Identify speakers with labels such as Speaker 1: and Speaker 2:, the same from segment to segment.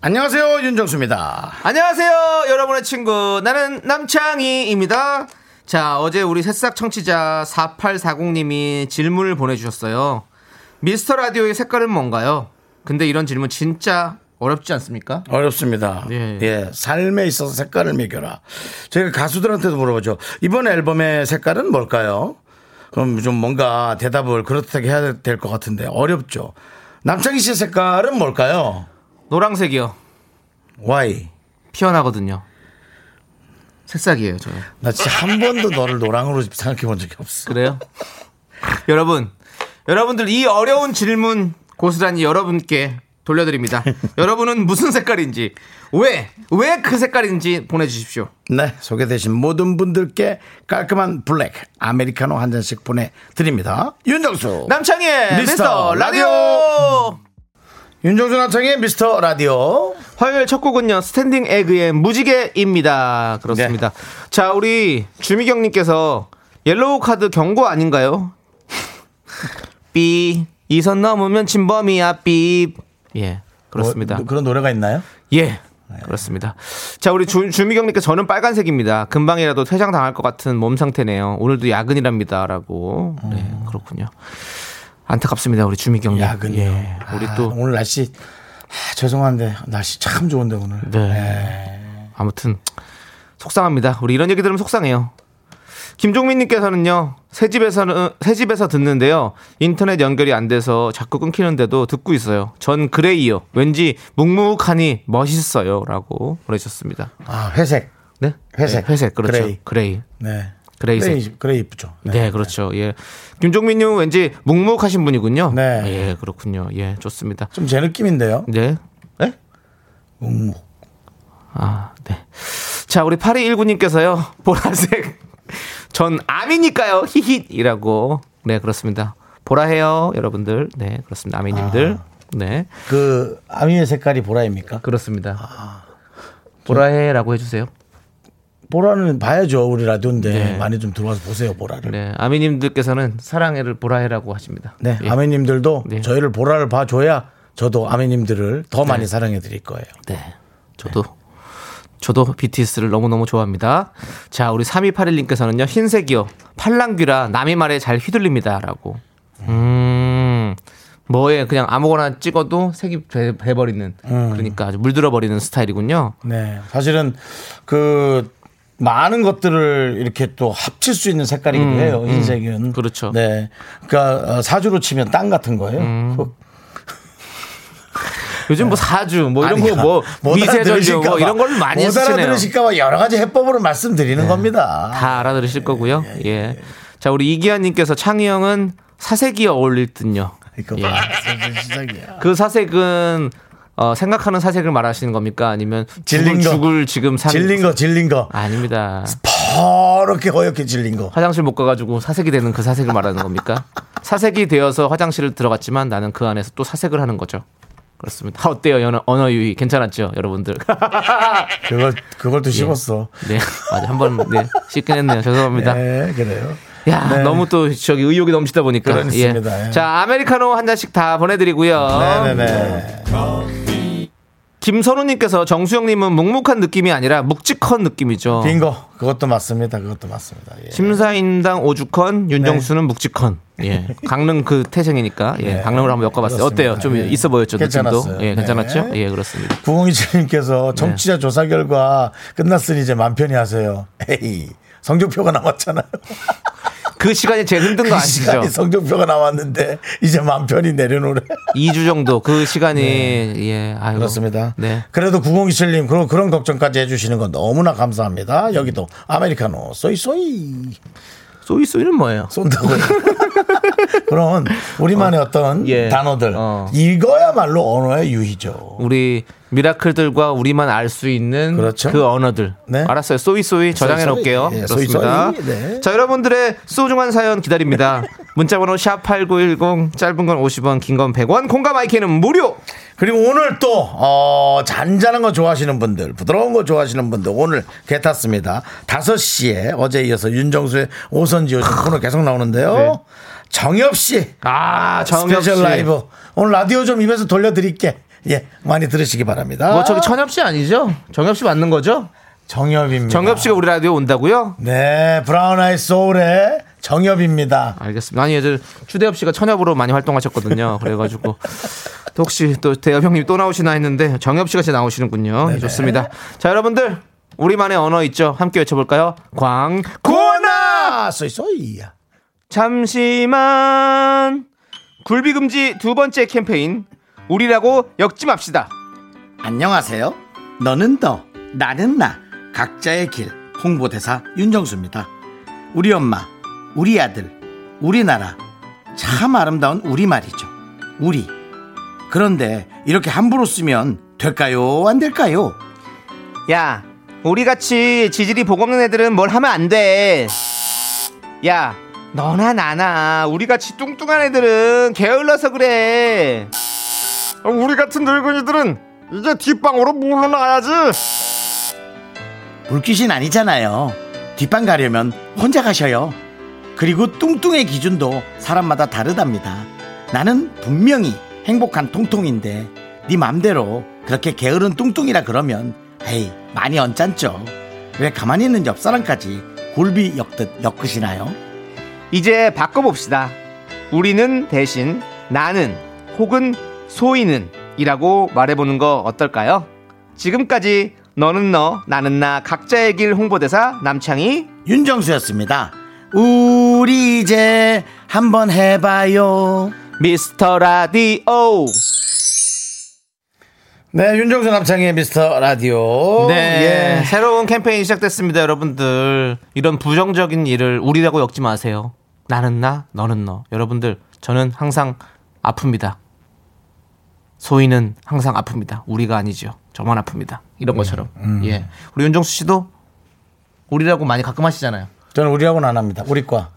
Speaker 1: 안녕하세요 윤정수입니다.
Speaker 2: 안녕하세요, 여러분의 친구. 나는 남창희입니다. 자, 어제 우리 새싹 청취자 4840님이 질문을 보내주셨어요. 미스터 라디오의 색깔은 뭔가요? 근데 이런 질문 진짜 어렵지 않습니까?
Speaker 1: 어렵습니다. 예.
Speaker 2: 예.
Speaker 1: 삶에 있어서 색깔을 매겨라. 저희가 가수들한테도 물어보죠. 이번 앨범의 색깔은 뭘까요? 그럼 좀 뭔가 대답을 그렇게 해야 될 것 같은데 어렵죠. 남창희 씨의 색깔은 뭘까요?
Speaker 2: 노랑색이요.
Speaker 1: Y.
Speaker 2: 피어나거든요. 새싹이에요, 저는.
Speaker 1: 나 진짜 한 번도 너를 노랑으로 생각해 본 적이 없어.
Speaker 2: 그래요? 여러분, 여러분들 이 어려운 질문 고스란히 여러분께 돌려드립니다. 여러분은 무슨 색깔인지, 왜, 왜 그 색깔인지 보내주십시오.
Speaker 1: 네, 소개되신 모든 분들께 깔끔한 블랙 아메리카노 한 잔씩 보내드립니다. 윤정수.
Speaker 2: 네. 남창희의
Speaker 1: 미스터
Speaker 2: 미스터 라디오.
Speaker 1: 윤정수 남창희의 미스터 라디오.
Speaker 2: 화요일 첫 곡은요 스탠딩 에그의 무지개입니다
Speaker 1: 네.
Speaker 2: 그렇습니다 자 우리 주미경님께서 옐로우 카드 경고 아닌가요? 삐 이선 넘으면 진범이야 삐예 그렇습니다
Speaker 1: 뭐, 그런 노래가 있나요?
Speaker 2: 예 그렇습니다 자 우리 주, 주미경님께서 저는 빨간색입니다 금방이라도 퇴장 당할 것 같은 몸 상태네요 오늘도 야근이랍니다라고 네 그렇군요 안타깝습니다 우리 주미경님
Speaker 1: 음. 야근이요.
Speaker 2: 예, 우리
Speaker 1: 아,
Speaker 2: 또
Speaker 1: 오늘 날씨 아, 죄송한데 날씨 참 좋은데 오늘. 예.
Speaker 2: 네. 아무튼 속상합니다. 우리 이런 얘기 들으면 속상해요. 김종민님께서는요 새 집에서는 어, 새 집에서 듣는데요 인터넷 연결이 안 돼서 자꾸 끊기는데도 듣고 있어요. 전 그레이요. 왠지 묵묵하니 멋있어요라고 보내셨습니다.
Speaker 1: 아 회색,
Speaker 2: 네,
Speaker 1: 회색.
Speaker 2: 네, 회색 그렇죠.
Speaker 1: 그레이.
Speaker 2: 그레이, 그레이,
Speaker 1: 네.
Speaker 2: 그레이색.
Speaker 1: 그레이, 그레이 이쁘죠.
Speaker 2: 네, 그렇죠. 예, 김종민님 왠지 묵묵하신 분이군요.
Speaker 1: 네.
Speaker 2: 예, 그렇군요. 예, 좋습니다.
Speaker 1: 좀 제 느낌인데요.
Speaker 2: 네,
Speaker 1: 음,
Speaker 2: 아, 네. 자, 우리 8219님께서요, 보라색. 전 아미니까요, 히힛이라고. 네, 그렇습니다. 보라해요, 여러분들. 네, 그렇습니다. 아미님들. 네,
Speaker 1: 그 아미의 색깔이 보라입니까?
Speaker 2: 그렇습니다. 보라해라고 해주세요.
Speaker 1: 보라는 봐야죠 우리 라디오인데
Speaker 2: 네.
Speaker 1: 많이 좀 들어와서 보세요 보라를. 네.
Speaker 2: 네, 아미님들께서는 사랑해를 보라해라고 하십니다. 예.
Speaker 1: 아미님들도
Speaker 2: 네.
Speaker 1: 저희를 보라를 봐줘야 저도 아미님들을 더 많이 사랑해 드릴 거예요.
Speaker 2: 네. 저도 저도 BTS를 너무너무 좋아합니다. 자, 우리 3281님께서는요. 흰색이요. 팔랑귀라 남의 말에 잘 휘둘립니다라고. 음. 뭐에 그냥 아무거나 찍어도 색이 돼, 버리는
Speaker 1: 음.
Speaker 2: 그러니까 아주 물들어 버리는 스타일이군요.
Speaker 1: 네. 사실은 그 많은 것들을 이렇게 또 합칠 수 있는 색깔이기도 해요. 흰색은.
Speaker 2: 음, 그렇죠.
Speaker 1: 네. 그러니까 어, 사주로 치면 땅 같은 거예요.
Speaker 2: 음.
Speaker 1: 흑.
Speaker 2: 요즘 뭐 사주 뭐 이런
Speaker 1: 네. 아니야.
Speaker 2: 거뭐
Speaker 1: 그러니까 못
Speaker 2: 미세전조
Speaker 1: 알아들으실까
Speaker 2: 뭐
Speaker 1: 봐.
Speaker 2: 이런 걸 많이
Speaker 1: 못
Speaker 2: 쓰시네요. 네.
Speaker 1: 알아들으실까 봐 여러 가지 해법으로 말씀드리는 겁니다.
Speaker 2: 다 알아들으실 거고요. 예. 자, 우리 이기현 님께서 창희 형은 사색이 어울릴 듯요.
Speaker 1: 이거
Speaker 2: 예.
Speaker 1: 봐. 진짜 시작이야.
Speaker 2: 그 사색은 어, 생각하는 사색을 말하시는 겁니까? 아니면
Speaker 1: 질린
Speaker 2: 죽을,
Speaker 1: 거.
Speaker 2: 죽을 지금 사
Speaker 1: 질린 거, 질린 거.
Speaker 2: 아닙니다.
Speaker 1: 퍼렇게 허옇게 질린 거.
Speaker 2: 화장실 못 가가지고 사색이 되는 그 사색을 말하는 겁니까? 사색이 되어서 화장실을 들어갔지만 나는 그 안에서 또 사색을 하는 거죠. 그렇습니다. 아, 어때요? 연어, 언어 유희 괜찮았죠, 여러분들?
Speaker 1: 그걸, 그걸 또 씹었어.
Speaker 2: 네, 맞아 한번 네, 씻긴 했네요. 죄송합니다.
Speaker 1: 네, 그래요.
Speaker 2: 야, 너무 또 저기 의욕이 넘치다 보니까.
Speaker 1: 그렇습니다. 예.
Speaker 2: 자, 아메리카노 한 잔씩 다 보내드리고요. 어.
Speaker 1: 네네네.
Speaker 2: 김선우님께서 정수영님은 묵묵한 느낌이 아니라 묵직한 느낌이죠.
Speaker 1: 빈 거. 그것도 맞습니다. 그것도 맞습니다. 예.
Speaker 2: 심사인당 오죽헌, 윤정수는 묵직헌. 예. 강릉 그 태생이니까. 예.
Speaker 1: 네.
Speaker 2: 강릉으로 한번 엮어봤어요.
Speaker 1: 그렇습니다.
Speaker 2: 어때요? 좀
Speaker 1: 예.
Speaker 2: 있어 보였죠?
Speaker 1: 괜찮았어요.
Speaker 2: 느낌도. 예, 괜찮았죠?
Speaker 1: 네.
Speaker 2: 예, 그렇습니다.
Speaker 1: 9027님께서 정치자 조사 결과 끝났으니 이제 맘 편히 하세요. 에이, 성적표가 나왔잖아요.
Speaker 2: 그 시간이 제일 힘든 거
Speaker 1: 그
Speaker 2: 아시죠?
Speaker 1: 시간이 성적표가 나왔는데 이제 맘 편히 내려놓으래.
Speaker 2: 2주 정도 그 시간이 예, 아유.
Speaker 1: 네. 그렇습니다.
Speaker 2: 네.
Speaker 1: 그래도 9027님 그런 그런 걱정까지 해주시는 건 너무나 감사합니다. 여기도 아메리카노 쏘이 쏘이.
Speaker 2: 쏘이쏘이는 뭐예요?
Speaker 1: 쏜다고. 그런 우리만의 어, 떤
Speaker 2: 예.
Speaker 1: 단어들
Speaker 2: 어.
Speaker 1: 이거야말로 언어의 유희죠.
Speaker 2: 우리 미라클들과 우리만 알 수 있는
Speaker 1: 그렇죠.
Speaker 2: 그 언어들.
Speaker 1: 네.
Speaker 2: 알았어요. 쏘이쏘이 저장해 놓을게요.
Speaker 1: 예,
Speaker 2: 그렇습니다.
Speaker 1: 쏘이쏘이. 네.
Speaker 2: 자, 여러분들의 소중한 사연 기다립니다. 문자 번호 샵8910 짧은 건 50원, 긴 건 100원, 콩과 마이크는 무료.
Speaker 1: 그리고 오늘 또 어, 잔잔한 거 좋아하시는 분들, 부드러운 거 좋아하시는 분들 오늘 개 탔습니다. 5시에 어제 이어서 윤정수의 오선지 요즘 코너 계속 나오는데요.
Speaker 2: 네.
Speaker 1: 정엽 씨
Speaker 2: 아, 정엽 씨.
Speaker 1: 스페셜 라이브 오늘 라디오 좀 입에서 돌려드릴게. 예, 많이 들으시기 바랍니다.
Speaker 2: 뭐 저기 천엽 씨 아니죠? 정엽 씨 맞는 거죠?
Speaker 1: 정엽입니다.
Speaker 2: 네. 정엽 씨가 우리 라디오 온다고요?
Speaker 1: 네, 브라운 아이 소울의 정엽입니다.
Speaker 2: 알겠습니다. 아니 예전 추대엽 씨가 천엽으로 많이 활동하셨거든요. 그래가지고 또 혹시 또 대엽 형님 또 나오시나 했는데 정엽 씨가 이제 나오시는군요. 좋습니다. 자 여러분들 우리만의 언어 있죠? 함께 외쳐볼까요? 광고나
Speaker 1: 아, 쏘이쏘이야.
Speaker 2: 잠시만 굴비 금지 두 번째 캠페인 우리라고 엮지 맙시다.
Speaker 1: 안녕하세요. 너는 너, 나는 나. 각자의 길. 홍보대사 윤정수입니다. 우리 엄마, 우리 아들, 우리나라. 참 아름다운 우리말이죠. 우리. 그런데 이렇게 함부로 쓰면 될까요? 안 될까요?
Speaker 2: 야, 우리 같이 지질이 복 없는 애들은 뭘 하면 안 돼. 야, 너나 나나 우리 같이 뚱뚱한 애들은 게을러서 그래. 우리 같은 늙은이들은 이제 뒷방으로 물러나야지.
Speaker 1: 물귀신 아니잖아요. 뒷방 가려면 혼자 가셔요. 그리고 뚱뚱의 기준도 사람마다 다르답니다. 나는 분명히 행복한 통통인데 네 맘대로 그렇게 게으른 뚱뚱이라 그러면 에이 많이 언짢죠. 왜 가만히 있는 옆 사람까지 굴비 엮듯 엮으시나요?
Speaker 2: 이제 바꿔봅시다. 우리는 대신 나는 혹은 소이는 이라고 말해보는 거 어떨까요? 지금까지 너는 너, 나는 나, 각자의 길 홍보대사 남창희
Speaker 1: 윤정수였습니다. 우리 이제 한번 해봐요.
Speaker 2: 미스터 라디오.
Speaker 1: 네, 윤정수 남창의 미스터 라디오. 예.
Speaker 2: 네. 새로운 캠페인 시작됐습니다, 여러분들. 이런 부정적인 일을 우리라고 엮지 마세요. 나는 나, 너는 너. 여러분들, 저는 항상 아픕니다. 소희는 항상 아픕니다. 우리가 아니죠. 저만 아픕니다. 이런
Speaker 1: 음.
Speaker 2: 것처럼. 예. 우리 윤정수 씨도 우리라고 많이 가끔 하시잖아요.
Speaker 1: 저는 우리하고는 안 합니다. 우리과.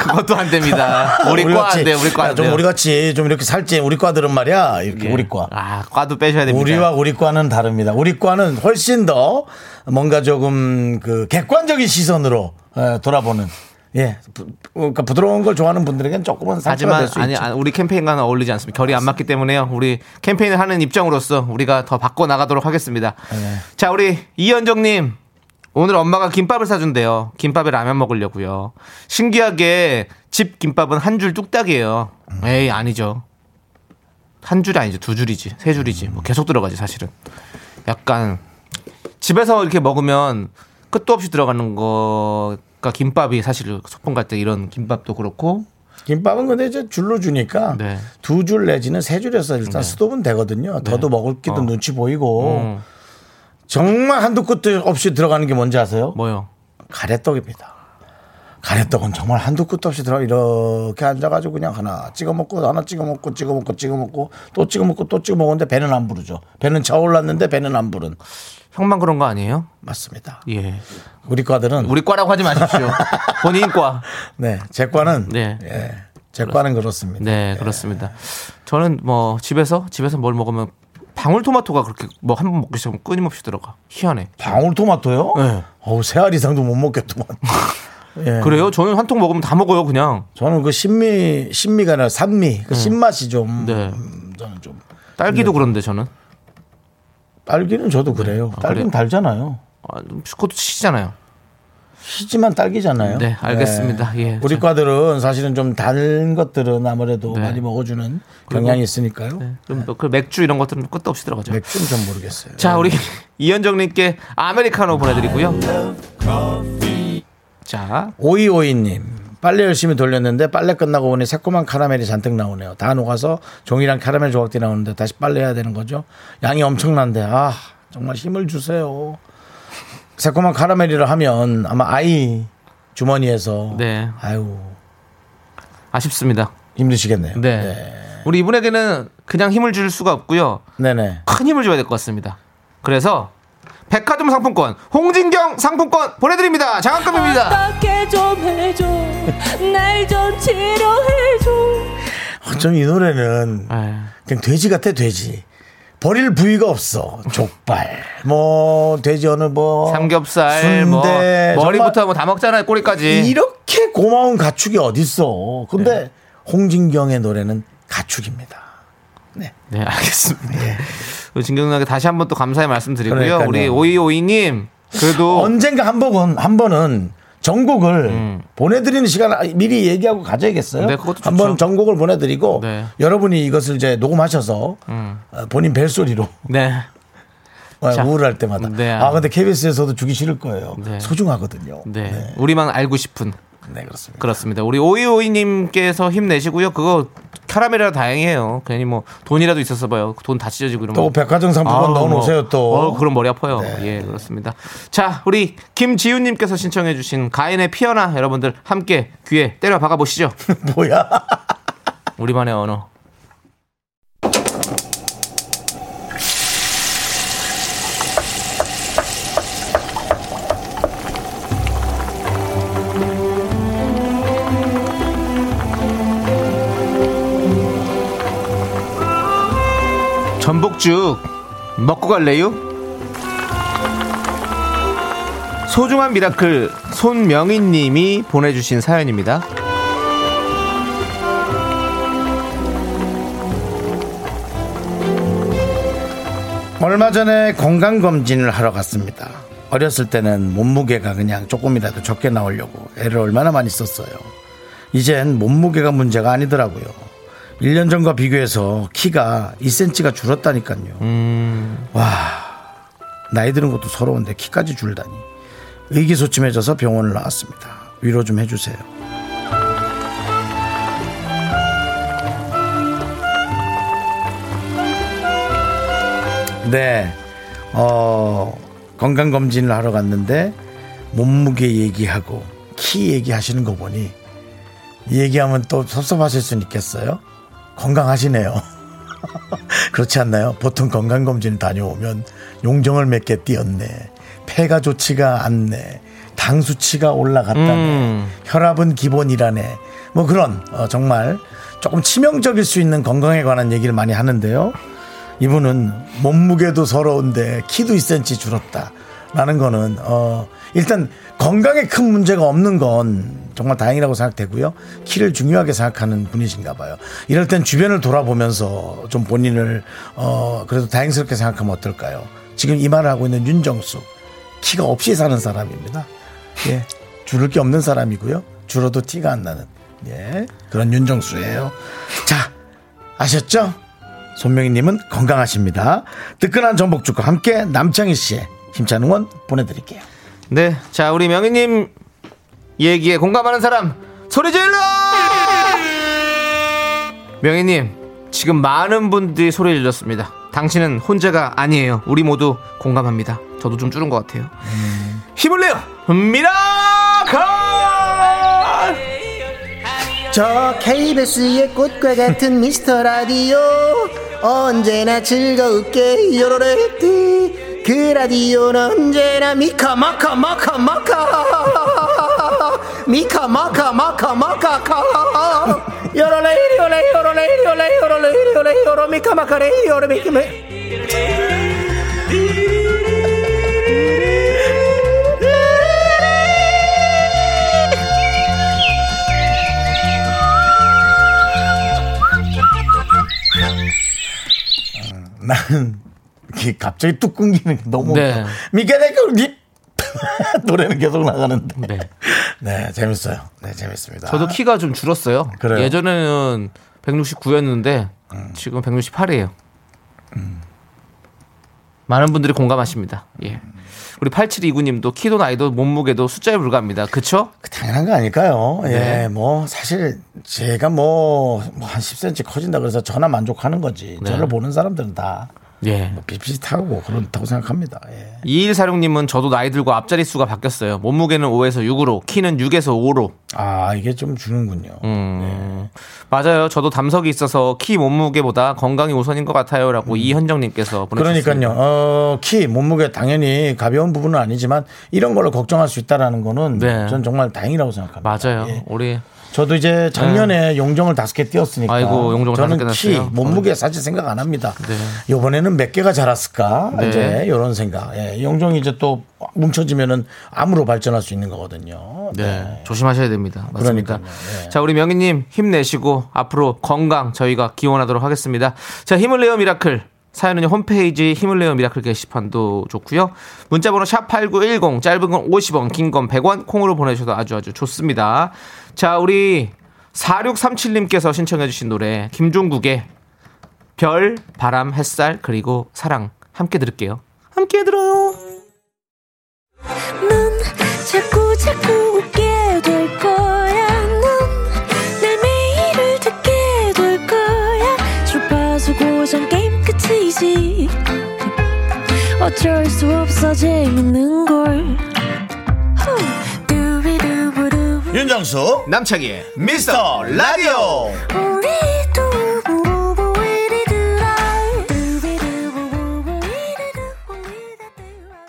Speaker 2: 그것도 안 됩니다. 우리 과 안
Speaker 1: 같이,
Speaker 2: 돼, 우리 과 네. 안
Speaker 1: 아, 좀
Speaker 2: 돼.
Speaker 1: 우리 같이 좀 이렇게 살찐 우리 과들은 말이야 이렇게 우리 과.
Speaker 2: 아, 과도 빼셔야 됩니다.
Speaker 1: 우리와 우리 과는 다릅니다. 우리 과는 훨씬 더 뭔가 조금 그 객관적인 시선으로 에, 돌아보는 예, 부, 그러니까 부드러운 걸 좋아하는 분들에겐 조금은 상처가
Speaker 2: 하지만
Speaker 1: 될수
Speaker 2: 아니
Speaker 1: 있죠.
Speaker 2: 아니, 우리 캠페인과는 어울리지 않습니다. 결이 안 맞기 때문에요. 우리 캠페인을 하는 입장으로서 우리가 더 바꿔 나가도록 하겠습니다. 자 우리 이현정님 오늘 엄마가 김밥을 사준대요. 김밥에 라면 먹으려고요. 신기하게 집 김밥은 한 줄 뚝딱이에요. 에이 아니죠. 한 줄이 아니죠. 두 줄이지 세 줄이지 뭐 계속 들어가지 사실은. 약간 집에서 이렇게 먹으면 끝도 없이 들어가는 거가 김밥이 사실 소풍 갈 때 이런 김밥도 그렇고
Speaker 1: 김밥은 근데 이제 줄로 주니까
Speaker 2: 네.
Speaker 1: 두 줄 내지는 세 줄에서 일단 스톱은 되거든요. 더도 먹을 기도 눈치 보이고
Speaker 2: 어. 음.
Speaker 1: 정말 한두 끝도 없이 들어가는 게 뭔지 아세요?
Speaker 2: 뭐요?
Speaker 1: 가래떡입니다. 가래떡은 정말 한두 끝도 없이 들어 이렇게 앉아가지고 그냥 하나 찍어 먹고 하나 찍어 먹고 찍어 먹고 찍어 먹고 또 찍어 먹고 또 찍어 먹었는데 배는 안 부르죠. 배는 차올랐는데 배는 안 부른
Speaker 2: 형만 그런 거 아니에요?
Speaker 1: 맞습니다.
Speaker 2: 예.
Speaker 1: 우리 과들은
Speaker 2: 우리 과라고 하지 마십시오. 본인 과.
Speaker 1: 네, 제 과는
Speaker 2: 네.
Speaker 1: 예, 제 과는 그렇습니다.
Speaker 2: 네, 그렇습니다. 저는 뭐 집에서 집에서 뭘 먹으면 방울토마토가 그렇게 뭐 한 번 먹기 시작하면 끊임없이 들어가. 희한해.
Speaker 1: 방울토마토요?
Speaker 2: 네.
Speaker 1: 어우 세알 이상도 못 먹겠더만. 예.
Speaker 2: 그래요? 저는 한 통 먹으면 다 먹어요, 그냥.
Speaker 1: 저는 그 신미 신미가 아니라 산미 그 신맛이 좀
Speaker 2: 네.
Speaker 1: 음, 저는 좀
Speaker 2: 딸기도 그런데 저는.
Speaker 1: 딸기는 저도 그래요. 딸기는
Speaker 2: 아, 그래요?
Speaker 1: 달잖아요.
Speaker 2: 아, 그것도 시잖아요.
Speaker 1: 시지만 딸기잖아요.
Speaker 2: 네, 알겠습니다. 예.
Speaker 1: 우리 과들은 사실은 좀 단 것들은 아무래도
Speaker 2: 네.
Speaker 1: 많이 먹어주는 경향이 있으니까요.
Speaker 2: 네. 그럼 뭐그 맥주 이런 것들은 끝도 없이 들어가죠.
Speaker 1: 맥주는 좀 모르겠어요.
Speaker 2: 자, 우리 이현정님께 아메리카노 보내드리고요. 자,
Speaker 1: 오이오이님. 빨래 열심히 돌렸는데 빨래 끝나고 보니 새콤한 카라멜이 잔뜩 나오네요. 다 녹아서 종이랑 카라멜 조각들이 나오는데 다시 빨래해야 되는 거죠. 양이 엄청난데 아 정말 힘을 주세요. 새콤한 카라멜이라 하면 아마 아이 주머니에서
Speaker 2: 네.
Speaker 1: 아유
Speaker 2: 아쉽습니다.
Speaker 1: 힘드시겠네요.
Speaker 2: 네. 우리 이분에게는 그냥 힘을 줄 수가 없고요.
Speaker 1: 네. 네
Speaker 2: 큰 힘을 줘야 될 것 같습니다. 그래서 백화점 상품권, 홍진경 상품권 보내드립니다. 장학금입니다.
Speaker 3: 어떻게 좀 해줘 날 좀 치료해줘
Speaker 1: 어쩜 아, 이 노래는
Speaker 2: 네.
Speaker 1: 그냥 돼지 같아 돼지. 버릴 부위가 없어. 족발, 뭐 돼지 어느 뭐
Speaker 2: 삼겹살,
Speaker 1: 순대,
Speaker 2: 뭐 머리부터
Speaker 1: 정말
Speaker 2: 뭐 다 먹잖아요. 꼬리까지.
Speaker 1: 이렇게 고마운 가축이 어딨어. 근데 홍진경의 노래는 가축입니다.
Speaker 2: 네, 알겠습니다. 우리 진경 누나께 다시 한번 또 감사의 말씀드리고요.
Speaker 1: 그러니까요.
Speaker 2: 우리 오이오이님 그래도
Speaker 1: 언젠가 한 번은 한 번은 전곡을 보내드리는 시간 아, 미리 얘기하고 가져야겠어요.
Speaker 2: 음. 네, 그것도 좋죠.
Speaker 1: 한 번 전곡을 보내드리고
Speaker 2: 네.
Speaker 1: 여러분이 이것을 이제 녹음하셔서 어, 본인 벨소리로
Speaker 2: 네
Speaker 1: 어,
Speaker 2: 자.
Speaker 1: 우울할 때마다
Speaker 2: 네.
Speaker 1: 아 근데 KBS에서도 주기 싫을 거예요.
Speaker 2: 네.
Speaker 1: 소중하거든요.
Speaker 2: 네.
Speaker 1: 네.
Speaker 2: 우리만 알고 싶은
Speaker 1: 네, 그렇습니다.
Speaker 2: 그렇습니다. 우리 오이오이님께서 힘내시고요. 그거 카라멜이라 다행이에요. 괜히 뭐 돈이라도 있었어 봐요. 돈 다 찢어지고 그러면
Speaker 1: 또 백화점 상품권
Speaker 2: 아우,
Speaker 1: 넣어놓으세요
Speaker 2: 뭐.
Speaker 1: 또. 네.
Speaker 2: 어, 그럼 머리 아파요. 예, 그렇습니다. 자, 우리 김지윤님께서 신청해주신 가인의 피어나 여러분들 함께 귀에 때려 박아 보시죠.
Speaker 1: 뭐야?
Speaker 2: 우리만의 언어. 전복죽 먹고 갈래요? 소중한 미라클 손명희님이 보내주신 사연입니다.
Speaker 1: 얼마 전에 건강 검진을 하러 갔습니다. 어렸을 때는 몸무게가 그냥 조금이라도 적게 나오려고 애를 얼마나 많이 썼어요. 이젠 몸무게가 문제가 아니더라고요. 1년 전과 비교해서 키가 2cm가 줄었다니까요. 와, 나이 드는 것도 서러운데 키까지 줄다니. 의기소침해져서 병원을 나왔습니다. 위로 좀 해주세요. 네. 어, 건강검진을 하러 갔는데, 몸무게 얘기하고, 키 얘기하시는 거 보니, 이 얘기하면 또 섭섭하실 수는 있겠어요? 건강하시네요. 그렇지 않나요? 보통 건강검진 다녀오면, 용정을 몇 개 띄었네. 폐가 좋지가 않네. 당 수치가 올라갔다네. 혈압은 기본이라네. 뭐 그런, 어, 정말 조금 치명적일 수 있는 건강에 관한 얘기를 많이 하는데요. 이분은 몸무게도 서러운데 키도 2cm 줄었다. 라는 거는 어 일단 건강에 큰 문제가 없는 건 정말 다행이라고 생각되고요. 키를 중요하게 생각하는 분이신가 봐요. 이럴 땐 주변을 돌아보면서 좀 본인을 어 그래도 다행스럽게 생각하면 어떨까요? 지금 이 말을 하고 있는 윤정수 키가 없이 사는 사람입니다. 예. 줄을 게 없는 사람이고요. 줄어도 티가 안 나는 예. 그런 윤정수예요. 자, 아셨죠? 손명희님은 건강하십니다. 뜨끈한 전복죽과 함께 남창희 씨의 힘찬 응원 보내드릴게요.
Speaker 2: 네, 자 우리 명희님 얘기에 공감하는 사람 소리 질러! 명희님 지금 많은 분들이 소리 질렀습니다. 당신은 혼자가 아니에요. 우리 모두 공감합니다. 저도 좀 줄은 것 같아요. 힘을 내요, 미라클!
Speaker 4: 저 KBS의 어, 꽃과 같은 미스터 라디오 언제나 즐거울게 요로레띠 그 라디오는 언제나 미카마카 마카 마카 미카마카 마카 마카카 요로레이리 요레 요로레이리 요레 요로레이리 요레 요로 미카마카 레이리 요로 미카마
Speaker 5: 네,
Speaker 1: 나는 이게 갑자기 뚝 끊기는 게 너무
Speaker 2: 네.
Speaker 1: 웃겨. 미카네코 립 노래는 계속 나가는데 네.
Speaker 2: 네,
Speaker 1: 재밌어요. 네 재밌습니다.
Speaker 2: 저도 키가 좀 줄었어요.
Speaker 1: 그래요? 음.
Speaker 2: 예전에는 169였는데 지금 168이에요. 많은 분들이 공감하십니다. 예.
Speaker 1: 음.
Speaker 2: 우리 8729님도 키도 나이도 몸무게도 숫자에 불과합니다. 그쵸?
Speaker 1: 당연한 거 아닐까요?
Speaker 2: 네.
Speaker 1: 예, 뭐 사실 뭐
Speaker 2: 네.
Speaker 1: 제가 뭐 한 10cm 커진다 그래서 저나 만족하는 거지. 저를 보는 사람들은 다
Speaker 2: 예.
Speaker 1: 뭐 비슷하고 그렇다고 생각합니다. 예.
Speaker 2: 2146님은 저도 나이 들고 앞자리 수가 바뀌었어요. 몸무게는 5에서 6으로, 키는 6에서 5로.
Speaker 1: 아 이게 좀 주는군요.
Speaker 2: 음.
Speaker 1: 네.
Speaker 2: 맞아요. 저도 담석이 있어서 키 몸무게보다 건강이 우선인 것 같아요라고 이현정님께서 보내주셨습니다.
Speaker 1: 음. 그러니까요. 어, 키, 몸무게 당연히 가벼운 부분은 아니지만 이런 걸로 걱정할 수 있다라는 거는
Speaker 2: 네.
Speaker 1: 전 정말 다행이라고 생각합니다.
Speaker 2: 맞아요.
Speaker 1: 예.
Speaker 2: 우리
Speaker 1: 저도 이제 작년에 용종을 다섯 개 띄웠으니까.
Speaker 2: 아이고, 용종을
Speaker 1: 저는
Speaker 2: 다섯 개
Speaker 1: 키,
Speaker 2: 놨어요.
Speaker 1: 몸무게 사실 생각 안 합니다. 요번에는 몇 개가 자랐을까?
Speaker 2: 네.
Speaker 1: 이제 요런 생각. 예, 용종이 이제 또 뭉쳐지면은 암으로 발전할 수 있는 거거든요.
Speaker 2: 네. 조심하셔야 됩니다. 맞습니다.
Speaker 1: 그러니까요. 네.
Speaker 2: 자, 우리 명희님 힘내시고 앞으로 건강 저희가 기원하도록 하겠습니다. 자, 힘을 내요 미라클. 사연은 홈페이지 힘을 내요 미라클 게시판도 좋고요. 문자번호 샵8910 짧은 건 50원, 긴 건 100원, 콩으로 보내주셔도 아주 아주 좋습니다. 자, 우리 4637님께서 신청해주신 노래 김종국의 별, 바람, 햇살, 그리고 사랑 함께 들을게요. 함께 들어요.
Speaker 3: 넌 자꾸 자꾸 웃게 될 거야. 넌내 매일을 듣게 될 거야. 주파수 고정 게임 끝이지. 어쩔 수 없어 재밌는 걸. 후. 두비두부두.
Speaker 1: 윤정수, 남창희, 미스터 라디오.
Speaker 3: 우리 두부부부 우리들아. 두비두부부부 우리들아. 우리들아.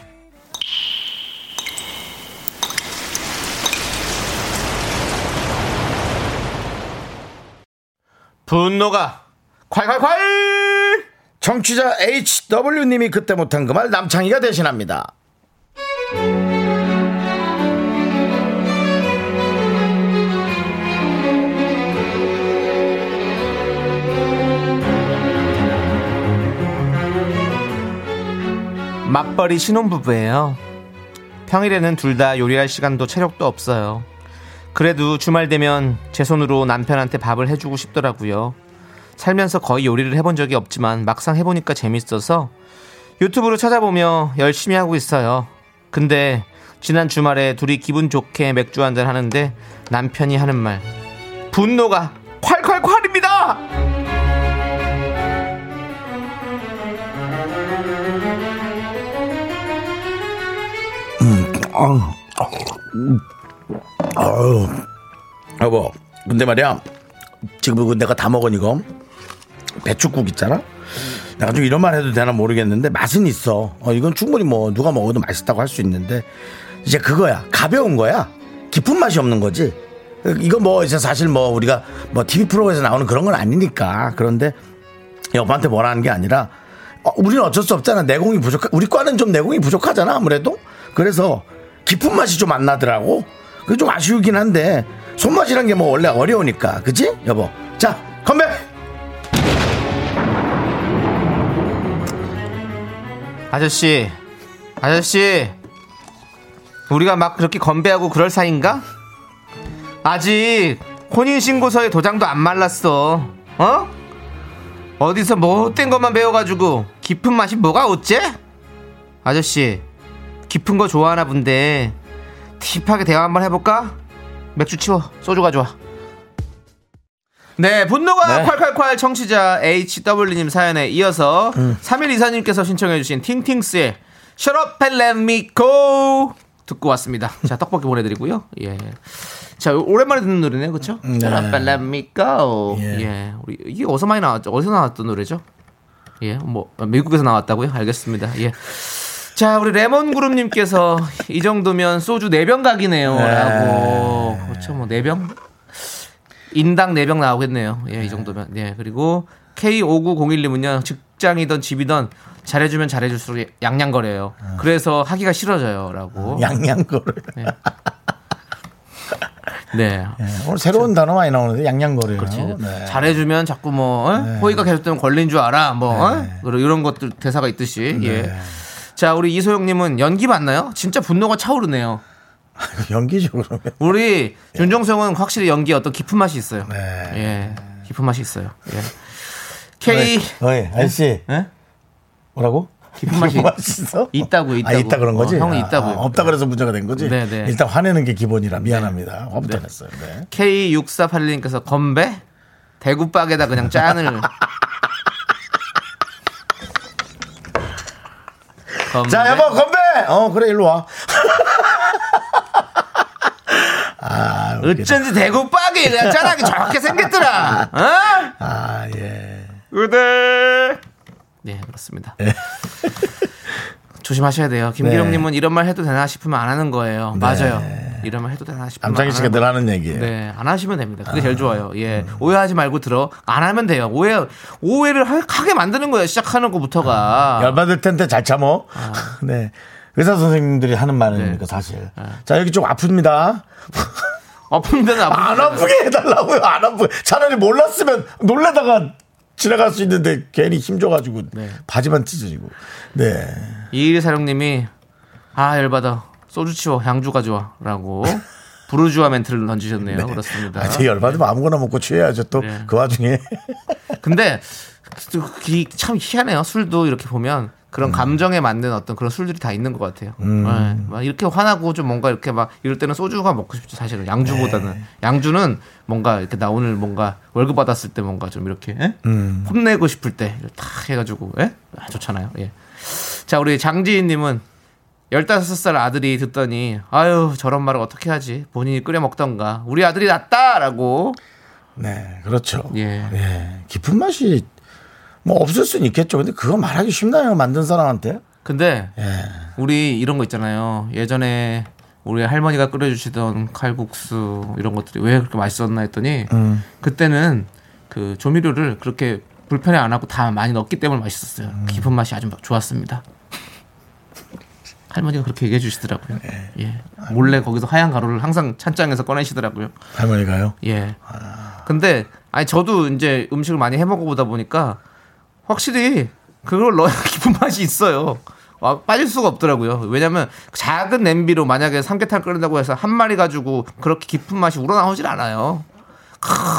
Speaker 2: 분노가 콸콸콸!
Speaker 1: 정취자 HW님이 그때 못한 그 말 남창희가 대신합니다.
Speaker 2: 맞벌이 신혼부부예요. 평일에는 둘 다 요리할 시간도 체력도 없어요. 그래도 주말 되면 제 손으로 남편한테 밥을 해주고 싶더라고요. 살면서 거의 요리를 해본 적이 없지만 막상 해보니까 재밌어서 유튜브로 찾아보며 열심히 하고 있어요. 근데 지난 주말에 둘이 기분 좋게 맥주 한잔 하는데 남편이 하는 말 분노가 콸콸콸입니다!
Speaker 1: 아유, 여보, 근데 말이야, 지금 이거 내가 다 먹은 이거 배추국 있잖아. 내가 좀 이런 말 해도 되나 모르겠는데 맛은 있어. 어, 이건 충분히 뭐 누가 먹어도 맛있다고 할 수 있는데 이제 그거야 가벼운 거야 깊은 맛이 없는 거지. 이거 뭐 이제 사실 뭐 우리가 뭐 TV 프로에서 나오는 그런 건 아니니까 그런데 여보한테 뭐라는 게 아니라 어, 우리는 어쩔 수 없잖아 내공이 부족하 우리 과는 좀 내공이 부족하잖아 아무래도 그래서 깊은 맛이 좀 안 나더라고 그게 좀 아쉬우긴 한데 손맛이란 게 뭐 원래 어려우니까 그지 여보 자 컴백
Speaker 2: 아저씨, 아저씨, 우리가 막 그렇게 건배하고 그럴 사이인가? 아직 혼인신고서에 도장도 안 말랐어. 어? 어디서 못된 것만 배워가지고 깊은 맛이 뭐가 어째? 아저씨, 깊은 거 좋아하나 본데 딥하게 대화 한번 해볼까? 맥주 치워, 소주 가져와. 네, 분노가
Speaker 1: 네.
Speaker 2: 콸콸콸 청취자 HW님 사연에 이어서
Speaker 1: 음.
Speaker 2: 3일 이사님께서 신청해주신 팅팅스의 Shut up and let me go 듣고 왔습니다. 자, 떡볶이 보내드리고요. 예. 자, 오랜만에 듣는 노래네요. 그쵸?
Speaker 1: 네.
Speaker 2: Shut up and let me go.
Speaker 1: 예.
Speaker 2: 예. 우리, 이게 어디서 많이 나왔죠? 어디서 나왔던 노래죠? 예, 뭐, 미국에서 나왔다고요? 알겠습니다. 예. 자, 우리 레몬그룹님께서 이 정도면 소주 4병 각이네요. 라고. 그렇죠, 뭐, 4병? 인당 4병 나오겠네요. 예, 이 정도면. 예, 그리고 K5901님은요, 직장이든 집이든 잘해주면 잘해줄수록 양양거려요. 그래서 하기가 싫어져요. 라고.
Speaker 1: 양양거려
Speaker 2: 네.
Speaker 1: 오늘 새로운 단어 많이 나오는데 양양거려요
Speaker 2: 그렇지.
Speaker 1: 네.
Speaker 2: 잘해주면 자꾸 뭐 어? 호의가 계속되면 걸린 줄 알아 뭐
Speaker 1: 네.
Speaker 2: 어? 그리고 이런 것들 대사가 있듯이 예. 자 우리 이소영님은 연기 맞나요? 진짜 분노가 차오르네요.
Speaker 1: 연기적으로 그러면.
Speaker 2: 우리 윤종수 형은 확실히 연기 어떤 깊은 맛이 있어요.
Speaker 1: 네.
Speaker 2: 예, 깊은 맛이 있어요. 예. K
Speaker 1: 어이 아저씨
Speaker 2: 예?
Speaker 1: 뭐라고
Speaker 2: 깊은 맛이
Speaker 1: 맛있어?
Speaker 2: 있다고,
Speaker 1: 아,
Speaker 2: 있다고.
Speaker 1: 있다 그런
Speaker 2: 어,
Speaker 1: 거지?
Speaker 2: 형은
Speaker 1: 아,
Speaker 2: 있다고요.
Speaker 1: 아, 없다 그래서 문제가 된 거지?
Speaker 2: 네, 네.
Speaker 1: 일단 화내는 게 기본이라 미안합니다. 화부터 냈어요. 네.
Speaker 2: K6481님께서 건배 대구빵에다 그냥 짠을 음.
Speaker 1: 자, 여보, 건배! 어, 그래, 일로 와. 아, 웃기다.
Speaker 2: 어쩐지 대구 빡이 그냥 짜라기 저렇게 생겼더라. 어?
Speaker 1: 아, 예.
Speaker 2: 우대. 네 그렇습니다. 조심하셔야 돼요.
Speaker 1: 네.
Speaker 2: 김기령님은 이런 말 해도 되나 싶으면 안 하는 거예요. 맞아요. 이런 말 해도 되나 싶으면
Speaker 1: 남창희
Speaker 2: 안
Speaker 1: 씨가
Speaker 2: 하는
Speaker 1: 늘 하는 얘기예요.
Speaker 2: 아,
Speaker 1: 음.
Speaker 2: 네, 안 하시면 됩니다. 그게 제일 좋아요. 예. 오해하지 말고 들어. 안 하면 돼요. 오해, 오해를 하- 하게 만드는 거예요. 시작하는 것부터가.
Speaker 1: 열받을 텐데 잘 참어. 네. 의사 선생님들이 하는 말이니까
Speaker 2: 아. 네.
Speaker 1: 사실. 자, 여기 좀 아픕니다.
Speaker 2: 아픈 데는 아픈
Speaker 1: 안
Speaker 2: 데는.
Speaker 1: 아프게 해달라고요. 안 아프게. 차라리 몰랐으면 놀래다가 지나갈 수 있는데 괜히 힘줘가지고
Speaker 2: 네.
Speaker 1: 바지만 찢어지고. 네.
Speaker 2: 이일 사령님이 아 열받아 소주 치워 양주 가져와라고 부르주아 멘트를 던지셨네요. 그렇습니다.
Speaker 1: 아, 제 열받으면 아무거나 먹고 취해야죠. 또 그
Speaker 2: 네.
Speaker 1: 와중에.
Speaker 2: 근데 또 기- 참 희한해요. 술도 이렇게 보면 그런 감정에 맞는 어떤 그런 술들이 다 있는 것 같아요. 네. 막 이렇게 화나고 좀 뭔가 이렇게 막 이럴 때는 소주가 먹고 싶죠. 사실은 양주보다는 양주는 뭔가 이렇게 나 오늘 뭔가 월급 받았을 때 뭔가 좀 이렇게 예? 혼내고 싶을 때탁 해가지고 예? 아, 좋잖아요. 예. 자 우리 장지인님은 15살 아들이 듣더니 아유 저런 말을 어떻게 하지 본인이 끓여 먹던가 우리 아들이 낫다라고
Speaker 1: 네. 그렇죠.
Speaker 2: 예.
Speaker 1: 예. 깊은 맛이 뭐 없을 수는 있겠죠. 근데 그거 말하기 쉽나요? 만든 사람한테?
Speaker 2: 근데
Speaker 1: 예.
Speaker 2: 우리 이런 거 있잖아요. 예전에 우리 할머니가 끓여주시던 칼국수 이런 것들이 왜 그렇게 맛있었나 했더니 그때는 그 조미료를 그렇게 불편해 안 하고 다 많이 넣었기 때문에 맛있었어요. 깊은 맛이 아주 좋았습니다. 할머니가 그렇게 얘기해 주시더라고요. 예. 몰래 거기서 하얀 가루를 항상 찬장에서 꺼내시더라고요.
Speaker 1: 할머니가요?
Speaker 2: 예. 근데 아니 저도 이제 음식을 많이 해 먹어보다 보니까 확실히 그걸 넣어야 깊은 맛이 있어요. 와, 빠질 수가 없더라고요. 왜냐면 작은 냄비로 만약에 삼계탕 끓인다고 해서 한 마리 가지고 그렇게 깊은 맛이 우러나오질 않아요.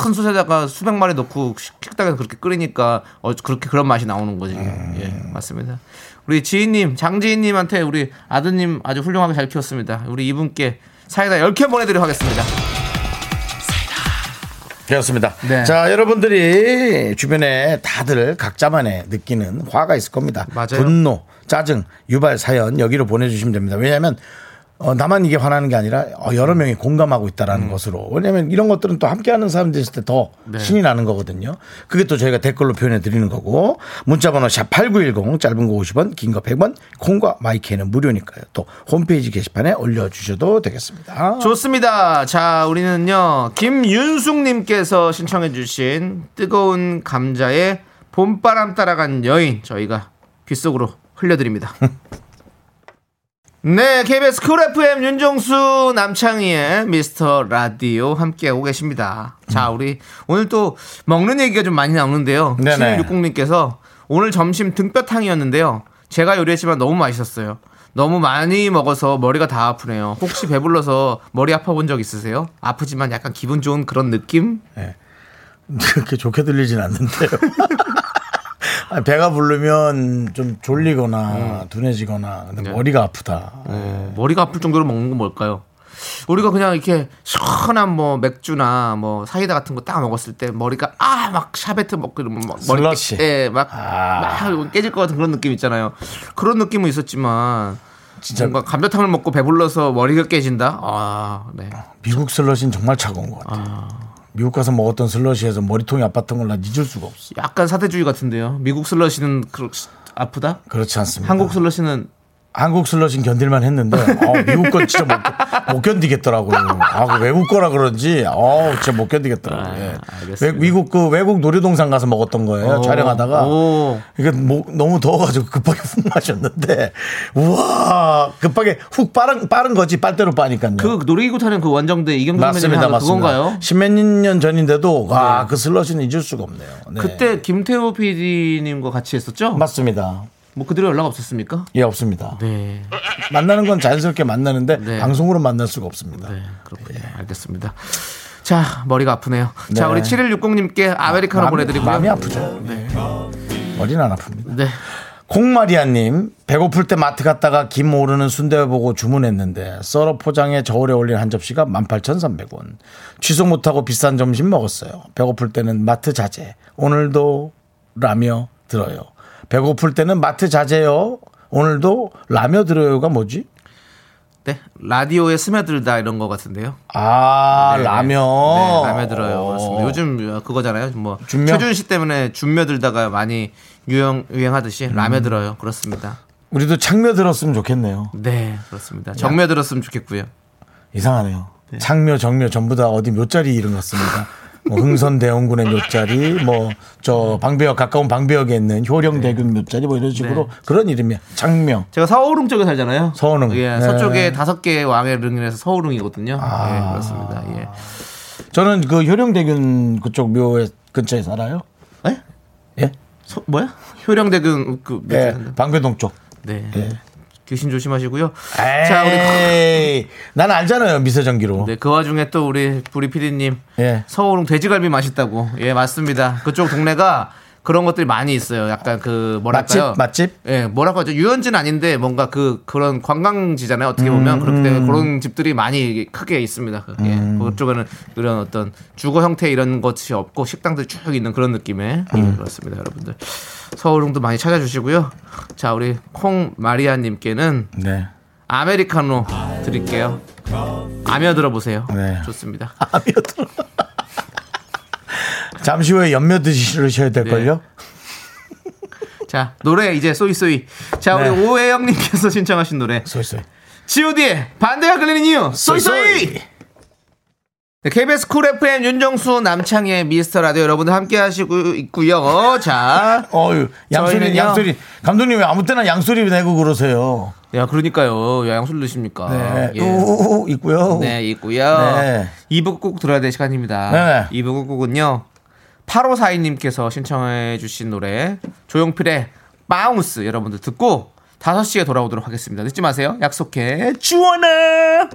Speaker 2: 큰 솥에다가 수백 마리 넣고 식- 식당에서 그렇게 끓이니까 어, 그렇게 그런 맛이 나오는 거지. 예, 맞습니다. 우리 지인님, 장지인님한테 우리 아드님 아주 훌륭하게 잘 키웠습니다. 우리 이분께 사이다 10개 보내드리도록 하겠습니다.
Speaker 1: 그렇습니다.
Speaker 2: 네.
Speaker 1: 자, 여러분들이 주변에 다들 각자만의 느끼는 화가 있을 겁니다.
Speaker 2: 맞아요.
Speaker 1: 분노, 짜증, 유발 사연 여기로 보내주시면 됩니다. 왜냐하면 어, 나만 이게 화나는 게 아니라 어, 여러 명이 공감하고
Speaker 2: 음.
Speaker 1: 있다라는 것으로. 왜냐하면 이런 것들은 또 함께하는 사람들 있을 때 더
Speaker 2: 네.
Speaker 1: 신이 나는 거거든요. 그게 또 저희가 댓글로 표현해 드리는 거고 문자번호 샵 #8910 짧은 거 50원, 긴 거 100원, 콩과 마이크는 무료니까요. 또 홈페이지 게시판에 올려주셔도 되겠습니다.
Speaker 2: 좋습니다. 자, 우리는요, 김윤숙님께서 신청해주신 뜨거운 감자의 봄바람 따라간 여인, 저희가 귓속으로 흘려드립니다. 네, KBS 쿨 FM 윤정수 남창희의 미스터 라디오 함께하고 계십니다. 자, 우리 오늘 또 먹는 얘기가 좀 많이 나오는데요.
Speaker 1: 음. 네네.
Speaker 2: 7660님께서 오늘 점심 등뼈탕이었는데요. 제가 요리했지만 너무 맛있었어요. 너무 많이 먹어서 머리가 다 아프네요. 혹시 배불러서 머리 아파 본 적 있으세요? 아프지만 약간 기분 좋은 그런 느낌?
Speaker 1: 그렇게 좋게 들리진 않는데요. 아니, 배가 부르면 좀 졸리거나
Speaker 2: 음.
Speaker 1: 둔해지거나 근데
Speaker 2: 네.
Speaker 1: 머리가 아프다.
Speaker 2: 머리가 아플 정도로 먹는 건 뭘까요? 우리가 그냥 이렇게 시원한 뭐 맥주나 뭐 사이다 같은 거 딱 먹었을 때 머리가 아 막 샤베트 먹고 이러면 막 머리
Speaker 1: 슬러시.
Speaker 2: 예막
Speaker 1: 아.
Speaker 2: 막 깨질 것 같은 그런 느낌 있잖아요. 그런 느낌은 있었지만
Speaker 1: 진짜.
Speaker 2: 뭔가 감자탕을 먹고 배불러서 머리가 깨진다. 아 네.
Speaker 1: 미국 슬러시는 정말 차가운 것 같아요. 미국 가서 먹었던 슬러시에서 머리통이 아팠던 걸 난 잊을 수가 없어.
Speaker 2: 약간 사대주의 같은데요. 미국 슬러시는 그렇 아프다.
Speaker 1: 그렇지 않습니다.
Speaker 2: 한국 슬러시는
Speaker 1: 한국 슬러시는 견딜만 했는데 어, 미국 건 진짜 못, 못 견디겠더라고요. 아, 그 외국 거라 그런지 어, 진짜 못 견디겠더라고요. 예. 외,
Speaker 2: 아, 알겠습니다.
Speaker 1: 미국 그 외국 놀이동산 가서 먹었던 거예요.
Speaker 2: 오,
Speaker 1: 촬영하다가
Speaker 2: 오.
Speaker 1: 이게 뭐, 너무 더워가지고 급하게 훅 마셨는데 우와 급하게 훅 빠른 빠른 거지 빨대로 빠니까요.
Speaker 2: 그 놀이기구 타는 그 원정대 이경규 선배님
Speaker 1: 맞습니다,
Speaker 2: 하는
Speaker 1: 맞습니다.
Speaker 2: 그건가요? 네.
Speaker 1: 십몇 년 전인데도 와그 슬러시는 잊을 수가 없네요. 네.
Speaker 2: 그때 김태호 PD님과 같이 했었죠?
Speaker 1: 맞습니다.
Speaker 2: 뭐 그대로 연락 없었습니까?
Speaker 1: 예 없습니다.
Speaker 2: 네.
Speaker 1: 만나는 건 자연스럽게 만나는데
Speaker 2: 네.
Speaker 1: 방송으로 만날 수가 없습니다.
Speaker 2: 네, 그렇군요. 알겠습니다. 자, 머리가 아프네요. 자,
Speaker 1: 네.
Speaker 2: 우리 7160님께 아메리카노
Speaker 1: 마음이-
Speaker 2: 보내드리고요.
Speaker 1: 마음이 아프죠. 예. 머리는 안 아픕니다.
Speaker 2: 네.
Speaker 1: 콩마리아님 배고플 때 마트 갔다가 김 오르는 순대 보고 주문했는데 썰어 포장해 저울에 올린 한 접시가 18,300원 취소 못하고 비싼 점심 먹었어요 배고플 때는 마트 자제 오늘도 라며 들어요 배고플 때는 마트 자제요 오늘도 라며 들어요가 뭐지?
Speaker 2: 네 라디오에 스며들다 이런 거 같은데요.
Speaker 1: 아,
Speaker 2: 네.
Speaker 1: 라며.
Speaker 2: 네, 라면 들어요.
Speaker 1: 어.
Speaker 2: 맞습니다. 요즘 그거잖아요. 뭐
Speaker 1: 준며?
Speaker 2: 최준 씨 때문에 준며 들다가 많이 유행 유행하듯이
Speaker 1: 음.
Speaker 2: 라면 들어요. 그렇습니다.
Speaker 1: 우리도 창며 들었으면 좋겠네요.
Speaker 2: 네, 그렇습니다. 정며 들었으면 좋겠고요.
Speaker 1: 이상하네요. 창묘, 정묘 전부 다 어디 묘자리 이름 같습니다. 뭐 흥선 대원군의 묘자리, 뭐 저 방배역 가까운 방배역에 있는 효령대군
Speaker 2: 네.
Speaker 1: 묘자리 뭐 이런 식으로 그런 이름이야. 창묘.
Speaker 2: 제가 서울릉 쪽에 살잖아요.
Speaker 1: 서울릉.
Speaker 2: 예,
Speaker 1: 네. 아.
Speaker 2: 서쪽에 다섯 개의 왕의 릉이라서 서울릉이거든요. 예, 그렇습니다. 예.
Speaker 1: 저는 그 효령대군 그쪽 묘에 근처에 살아요.
Speaker 2: 예?
Speaker 1: 예?
Speaker 2: 서- 뭐야? 효령대군 그
Speaker 1: 예. 방배동 쪽.
Speaker 2: 네.
Speaker 1: 예.
Speaker 2: 귀신 조심하시고요.
Speaker 1: 자,
Speaker 2: 자, 우리
Speaker 1: 우리 난 알잖아요. 미세전기로.
Speaker 2: 네, 그 와중에 또 우리 우리 피디님
Speaker 1: 예.
Speaker 2: 서울은 돼지갈비 맛있다고. 예, 맞습니다. 그쪽 동네가 그런 것들이 많이 있어요. 약간 그 뭐랄까요?
Speaker 1: 맛집? 맛집?
Speaker 2: 예, 뭐라고 하죠? 유연지는 아닌데 뭔가 그 그런 관광지잖아요. 어떻게
Speaker 1: 음.
Speaker 2: 보면 그렇게 되면 그런 집들이 많이 크게 있습니다. 예.
Speaker 1: 음.
Speaker 2: 그쪽에는 그런 어떤 주거 형태 이런 것이 없고 식당들이 쭉 있는 그런 느낌의 예,
Speaker 1: 음.
Speaker 2: 그렇습니다, 여러분들. 서울흥도 많이 찾아주시고요. 자, 우리 콩 마리아 님께는
Speaker 1: 네.
Speaker 2: 아메리카노 드릴게요. 아며 들어보세요.
Speaker 1: 네.
Speaker 2: 좋습니다.
Speaker 1: 아미어 들어. 잠시 후에 연며 드시셔야
Speaker 2: 네.
Speaker 1: 될걸요?
Speaker 2: 자 노래 이제 쏘이쏘이. 자
Speaker 1: 네.
Speaker 2: 우리 오혜영님께서 신청하신 노래
Speaker 1: 소이소이.
Speaker 2: G.O.D의 반대가 걸리는 이유 쏘이쏘이. 네, KBS 쿨 FM 윤정수 남창의 미스터 라디오 여러분들 함께 하시고 있고요. 자,
Speaker 1: 아, 어유 양소리
Speaker 2: 저희는요.
Speaker 1: 양소리 감독님 왜 아무 때나 양소리 내고 그러세요?
Speaker 2: 야 그러니까요. 양술 드십니까?
Speaker 1: 네,
Speaker 2: 예.
Speaker 1: 우우우 있고요.
Speaker 2: 네, 있고요.
Speaker 1: 네.
Speaker 2: 2부 꼭 들어야 될 시간입니다.
Speaker 1: 네.
Speaker 2: 2부 곡은요. 8542님께서 신청해 주신 노래 조용필의 바운스 여러분들 듣고 5시에 돌아오도록 하겠습니다. 늦지 마세요. 약속해. 주원아.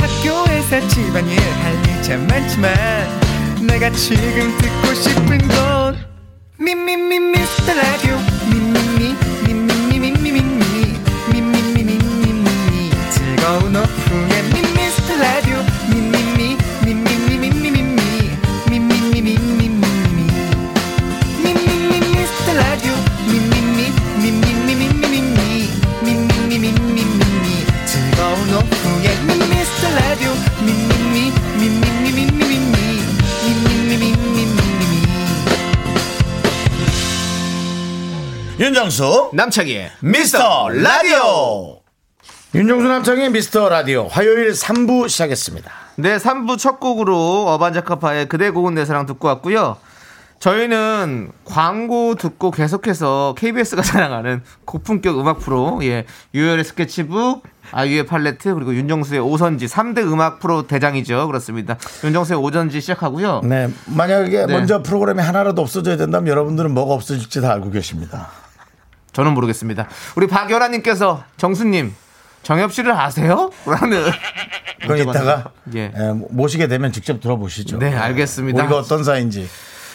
Speaker 6: 학교에서 집안일 할 일 참 많지만 내가 지금 듣고 싶은 건 미미미 미스터 라디오 미미미 미미미 미미미 미미미 미미미 즐거운 오후에 미스터 라디오 미미미 미미미 미미미 미미미 미미미
Speaker 1: 윤정수
Speaker 2: 남창희의
Speaker 1: 미스터 라디오. 윤정수 남창의 미스터 라디오 화요일 3부 시작했습니다.
Speaker 2: 네, 3부 첫 곡으로 어반자카파의 그대 고운 내 사랑 듣고 왔고요. 저희는 광고 듣고 계속해서 KBS가 자랑하는 고품격 음악 프로, 예, 유열의 스케치북, 아이유의 팔레트, 그리고 윤정수의 오선지, 3대 음악 프로 대장이죠. 그렇습니다. 윤정수의 오선지 시작하고요.
Speaker 1: 네, 만약에
Speaker 2: 네.
Speaker 1: 먼저 프로그램이 하나라도 없어져야 된다면 여러분들은 뭐가 없어질지 다 알고 계십니다.
Speaker 2: 저는 모르겠습니다. 우리 박열아님께서 정수님, 정엽 씨를 아세요? 라는.
Speaker 1: 그건 이따가
Speaker 2: 예.
Speaker 1: 예, 모시게 되면 직접 들어보시죠.
Speaker 2: 네, 알겠습니다.
Speaker 1: 우리가 어떤 사이인지.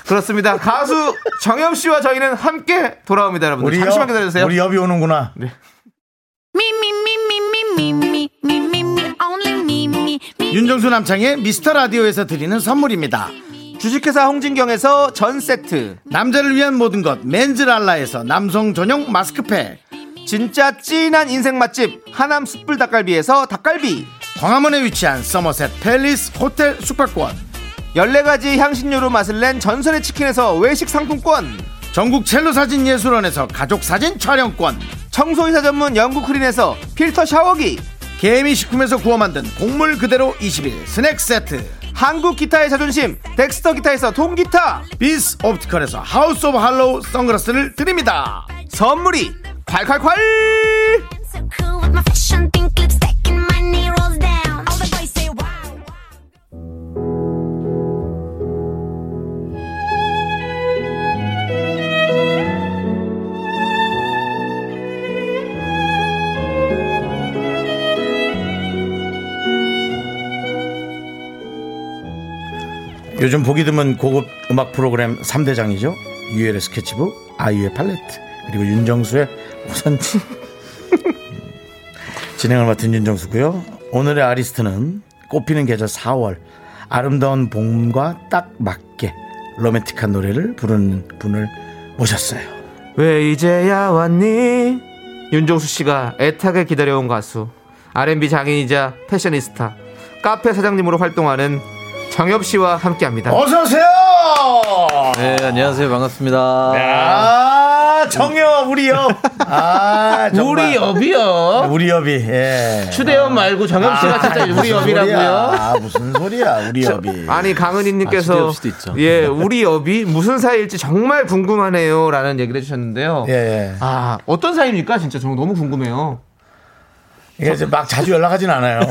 Speaker 2: 그렇습니다. 가수 정엽 씨와 저희는 함께 돌아옵니다, 여러분들.
Speaker 1: 우리
Speaker 2: 잠시만
Speaker 1: 여-
Speaker 2: 기다려주세요.
Speaker 1: 우리 여비 오는구나. 윤정수 남창의 미스터 라디오에서 드리는 선물입니다.
Speaker 2: 주식회사 홍진경에서 전 세트,
Speaker 1: 남자를 위한 모든 것 맨즈랄라에서 남성 전용 마스크팩,
Speaker 2: 진짜 찐한 인생 맛집 하남 숯불 닭갈비에서 닭갈비,
Speaker 1: 광화문에 위치한 서머셋 팰리스 호텔 숙박권,
Speaker 2: 14가지 향신료로 맛을 낸 전설의 치킨에서 외식 상품권,
Speaker 1: 전국 첼로 사진 예술원에서 가족 사진 촬영권,
Speaker 2: 청소이사 전문 영국 크린에서 필터 샤워기,
Speaker 1: 개미 식품에서 구워 만든 곡물 그대로 20일 스낵 세트,
Speaker 2: 한국 기타의 자존심 덱스터 기타에서 통기타
Speaker 1: 비스 옵티컬에서 하우스 오브 할로우 선글라스를 드립니다.
Speaker 2: 선물이 콸콸콸!
Speaker 1: 요즘 보기 드문 고급 음악 프로그램 3대장이죠. 유엘의 스케치북, 아이유의 팔레트, 그리고 윤정수의 우선지. 음. 진행을 맡은 윤정수고요. 오늘의 아리스트는 꽃피는 계절 4월 아름다운 봄과 딱 맞게 로맨틱한 노래를 부르는 분을 모셨어요.
Speaker 2: 왜 이제야 왔니? 윤종수 씨가 애타게 기다려온 가수, R&B 장인이자 패셔니스타, 카페 사장님으로 활동하는 정엽 씨와 함께합니다.
Speaker 1: 어서오세요!
Speaker 5: 네, 안녕하세요. 반갑습니다.
Speaker 1: 아, 정엽, 우리 엽. 아, 정말.
Speaker 5: 우리 업이요.
Speaker 1: 우리 엽이, 예.
Speaker 5: 추대엽 말고 정엽 씨가 진짜
Speaker 1: 아이,
Speaker 5: 우리
Speaker 1: 무슨 소리야.
Speaker 5: 업이라고요.
Speaker 1: 아, 무슨 소리야, 우리 엽이.
Speaker 2: 예. 아니 강은희님께서
Speaker 5: 아, 수도 있죠.
Speaker 2: 예 우리 업이 무슨 사이일지 정말 궁금하네요라는 얘기를 해주셨는데요.
Speaker 1: 예, 예.
Speaker 2: 아 어떤 사이입니까? 진짜 정말 너무 궁금해요.
Speaker 1: 이게 이제 막 자주 연락하진 않아요.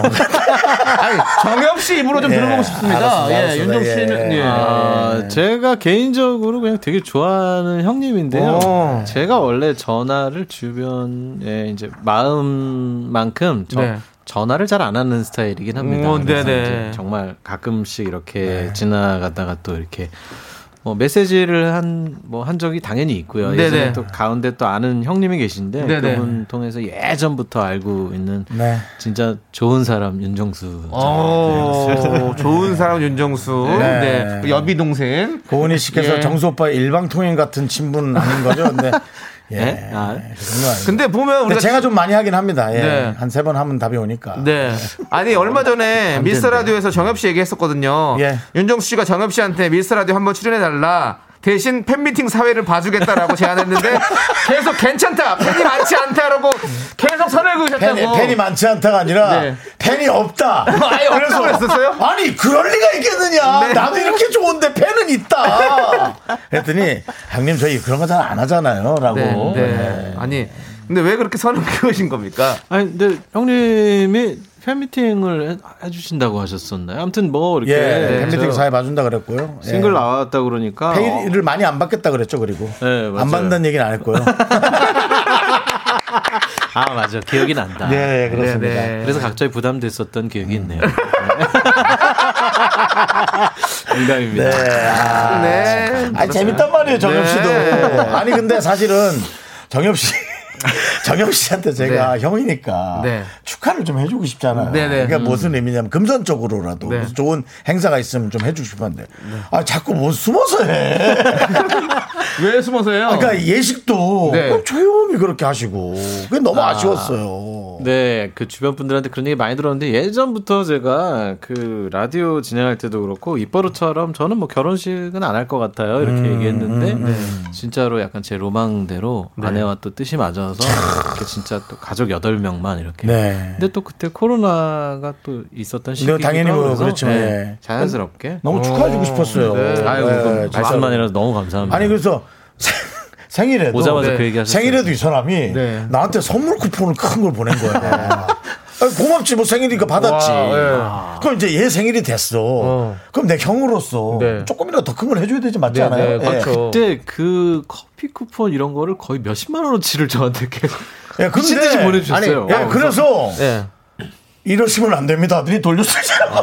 Speaker 2: 정엽 씨 입으로 좀
Speaker 1: 예,
Speaker 2: 들어보고 싶습니다.
Speaker 1: 알았습니다,
Speaker 2: 예,
Speaker 1: 알았습니다.
Speaker 2: 윤종
Speaker 1: 예.
Speaker 2: 씨는 예.
Speaker 5: 아, 제가 개인적으로 그냥 되게 좋아하는
Speaker 2: 어.
Speaker 5: 형님인데요.
Speaker 2: 오.
Speaker 5: 제가 원래 전화를 주변에 이제 마음만큼 저-
Speaker 2: 네.
Speaker 5: 전화를 잘 안 하는 스타일이긴 합니다.
Speaker 2: 오,
Speaker 5: 그래서
Speaker 2: 음, 네네. 네.
Speaker 5: 이제 정말 가끔씩 이렇게 지나가다가 또 이렇게 뭐 메시지를 한 뭐 한 적이 당연히 있고요.
Speaker 2: 네네.
Speaker 5: 예전에 또 가운데 또 아는 형님이 계신데
Speaker 2: 네네.
Speaker 5: 그분 통해서 예전부터 알고 있는
Speaker 1: 네.
Speaker 5: 진짜 좋은 사람 윤정수.
Speaker 2: 어, 좋은 사람 윤정수.
Speaker 1: 네.
Speaker 2: 네. 여비 동생.
Speaker 1: 고은희 씨께서
Speaker 2: 예.
Speaker 1: 정수 오빠 일방통행 같은 친분 아닌 거죠? 근데,
Speaker 2: 네.
Speaker 1: 예.
Speaker 5: 예? 아.
Speaker 1: 정말.
Speaker 2: 근데 보면
Speaker 1: 근데
Speaker 2: 우리가
Speaker 1: 제가 좀 많이 하긴 합니다. 예.
Speaker 2: 네.
Speaker 1: 한 세 번 하면 답이 오니까.
Speaker 2: 네. 아니 얼마 전에 미스터 라디오에서 정엽 씨 얘기했었거든요.
Speaker 1: 예.
Speaker 2: 윤정수 씨가 정엽 씨한테 미스터 라디오 한번 출연해 달라. 대신 팬미팅 사회를 봐주겠다라고 제안했는데 계속 괜찮다 팬이 많지 않다라고 계속 선을 그으셨다고
Speaker 1: 팬이, 팬이 많지 않다가 아니라
Speaker 2: 어. 네.
Speaker 1: 팬이 없다.
Speaker 2: 아예 없다고 그랬었어요?
Speaker 1: 아니 그럴 리가 있겠느냐.
Speaker 2: 네.
Speaker 1: 나도 이렇게 좋은데 팬은 있다. 그랬더니 형님 저희 그런 거 잘 안 하잖아요.라고.
Speaker 2: 네, 네. 아니 근데 왜 그렇게 선을 그으신 겁니까?
Speaker 5: 아니 근데 형님이 팬미팅을 해- 해주신다고 하셨었나요? 아무튼 뭐 이렇게
Speaker 1: 예,
Speaker 2: 네,
Speaker 1: 팬미팅
Speaker 5: 저
Speaker 1: 사회 봐준다 그랬고요.
Speaker 5: 싱글
Speaker 1: 예.
Speaker 5: 나왔다 그러니까 어,
Speaker 1: 페이를 많이 안 받겠다 그랬죠. 그리고
Speaker 5: 네, 맞아요.
Speaker 1: 안 받는 얘기는 안 했고요.
Speaker 5: 아 맞아 기억이 난다.
Speaker 1: 네, 예, 그렇습니다.
Speaker 2: 네.
Speaker 5: 그래서 각자의 부담됐었던 기억이 있네요. 농담입니다.
Speaker 1: 네, 아,
Speaker 2: 네.
Speaker 1: 아니 재밌단 말이에요 정엽
Speaker 2: 네.
Speaker 1: 씨도. 아니 근데 사실은 정엽 씨. 정엽 씨한테 제가 형이니까
Speaker 2: 네.
Speaker 1: 축하를 좀 해주고 싶잖아요.
Speaker 2: 네, 네.
Speaker 1: 그러니까 무슨 의미냐면 금전 적으로라도
Speaker 2: 네.
Speaker 1: 무슨 좋은 행사가 있으면 좀 해주고 싶은데 아 자꾸 뭐 숨어서 해.
Speaker 2: 왜 숨어서요?
Speaker 1: 그러니까 예식도
Speaker 2: 네.
Speaker 1: 그럼 조용히 그렇게 하시고 그게 너무 아. 쉬웠어요
Speaker 5: 네, 그 주변 분들한테 그런 얘기 많이 들었는데 예전부터 제가 그 라디오 진행할 때도 그렇고 입버릇처럼 저는 뭐 결혼식은 안 할 것 같아요 이렇게 얘기했는데 네. 진짜로 약간 제 로망대로 아내와 또 뜻이 맞아서 이렇게 진짜 또 가족 8 명만 이렇게.
Speaker 1: 네.
Speaker 5: 근데 또 그때 코로나가 또 있었던 시기도
Speaker 1: 당연히 뭐 그렇죠, 예.
Speaker 5: 자연스럽게.
Speaker 1: 너무 축하해주고 싶었어요.
Speaker 5: 아유,
Speaker 1: 네,
Speaker 5: 그럼
Speaker 1: 진짜로.
Speaker 5: 말씀만이라도 너무 감사합니다.
Speaker 1: 아니 그래서 생- 생일에도
Speaker 5: 음. 오자마자
Speaker 1: 네.
Speaker 5: 그 얘기하셨어요.
Speaker 1: 생일에도 이 사람이
Speaker 5: 네.
Speaker 1: 나한테 선물 쿠폰을 큰 걸 보낸 거야. 아, 고맙지 뭐 생일이니까 받았지.
Speaker 5: 네. 아.
Speaker 1: 그럼 이제 얘 생일이 됐어. 그럼 내 형으로서 조금이라도 더 큰 걸 해줘야 되지 맞지 않아요? 예.
Speaker 5: 네. 그때 그 커피 쿠폰 이런 거를 거의 몇십만 원어치를 저한테 계속
Speaker 1: 예, 근데
Speaker 5: 미친 듯이 보내주셨어요.
Speaker 1: 아니, 예,
Speaker 5: 어,
Speaker 1: 그래서
Speaker 2: 네.
Speaker 1: 이러시면 안 됩니다. 아들이 돌려쓰잖아요.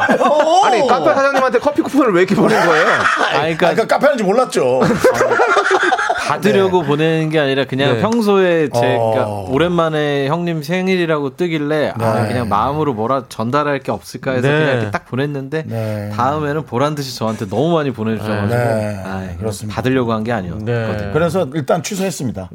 Speaker 2: 아니 카페 사장님한테 커피 쿠폰을 왜 이렇게 보낸 거예요?
Speaker 5: 아니, 그러니까
Speaker 1: 그러니까 카페 하는지 몰랐죠.
Speaker 5: 받으려고 보내는 게 아니라 그냥
Speaker 2: 네.
Speaker 5: 평소에 제가
Speaker 1: 네.
Speaker 5: 그러니까
Speaker 1: 어.
Speaker 5: 오랜만에 형님 생일이라고 뜨길래 아,
Speaker 1: 네.
Speaker 5: 그냥 마음으로 뭐라 전달할 게 없을까 해서
Speaker 2: 네.
Speaker 5: 그냥 이렇게 딱 보냈는데
Speaker 1: 네.
Speaker 5: 다음에는 보란 듯이 저한테 너무 많이 보내주셔가지고
Speaker 1: 네.
Speaker 5: 아, 그냥
Speaker 1: 그렇습니다. 네.
Speaker 5: 받으려고 한 게 아니었거든요.
Speaker 1: 그래서 일단 취소했습니다.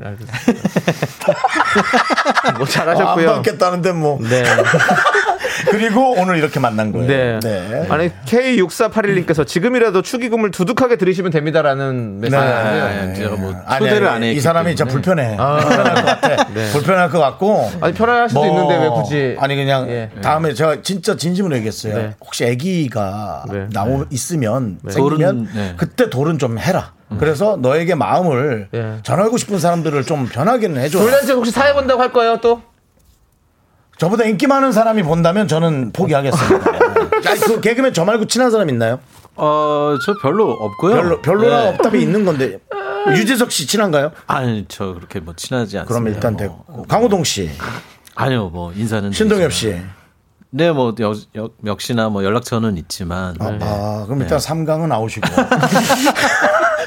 Speaker 1: 아,
Speaker 2: 뭐
Speaker 1: 안
Speaker 2: 잘하셨고요.
Speaker 1: 받겠다는데 뭐.
Speaker 2: 네.
Speaker 1: 그리고 오늘 이렇게 만난 거예요.
Speaker 2: 네. 아니 K6481님께서 지금이라도 축의금을 두둑하게 드리시면 됩니다라는 메시지.
Speaker 5: 네. 아니, 제가 뭐 초대를 안
Speaker 1: 이
Speaker 5: 했기
Speaker 1: 사람이 진짜 불편해. 불편할 것 같아. 불편할 것 같고.
Speaker 2: 아. 네.
Speaker 1: 뭐
Speaker 2: 아니 편할 수도 있는데 왜 굳이?
Speaker 1: 아니 그냥
Speaker 2: 예.
Speaker 1: 다음에 제가 진짜 진심으로 얘기했어요.
Speaker 2: 네.
Speaker 1: 혹시 아기가
Speaker 2: 네.
Speaker 1: 나오 있으면 생기면
Speaker 5: 돌은, 네.
Speaker 1: 그때 돌은 좀 해라. 그래서 너에게 마음을
Speaker 2: 음. 예.
Speaker 1: 전하고 싶은 사람들을 좀 변하게는 해줘.
Speaker 2: 돌잔치 혹시 사회 본다고 할 거예요 또?
Speaker 1: 저보다 인기 많은 사람이 본다면 저는 포기하겠습니다. 아니, 그 개그맨 저 말고 친한 사람 있나요?
Speaker 5: 어, 저 별로 없고요.
Speaker 1: 별로 별로나
Speaker 5: 네.
Speaker 1: 없답이 있는 건데 유재석 씨 친한가요?
Speaker 5: 아니, 저 그렇게 뭐 친하지 않습니다.
Speaker 1: 그럼 일단
Speaker 5: 뭐.
Speaker 1: 됐고 강호동 씨,
Speaker 5: 아니요, 네. 뭐 인사는
Speaker 1: 신동엽
Speaker 5: 되죠.
Speaker 1: 씨.
Speaker 5: 네, 뭐 여, 여, 역시나 뭐 연락처는 있지만.
Speaker 1: 아,
Speaker 5: 네.
Speaker 1: 아, 그럼 일단 삼강은 아웃이고.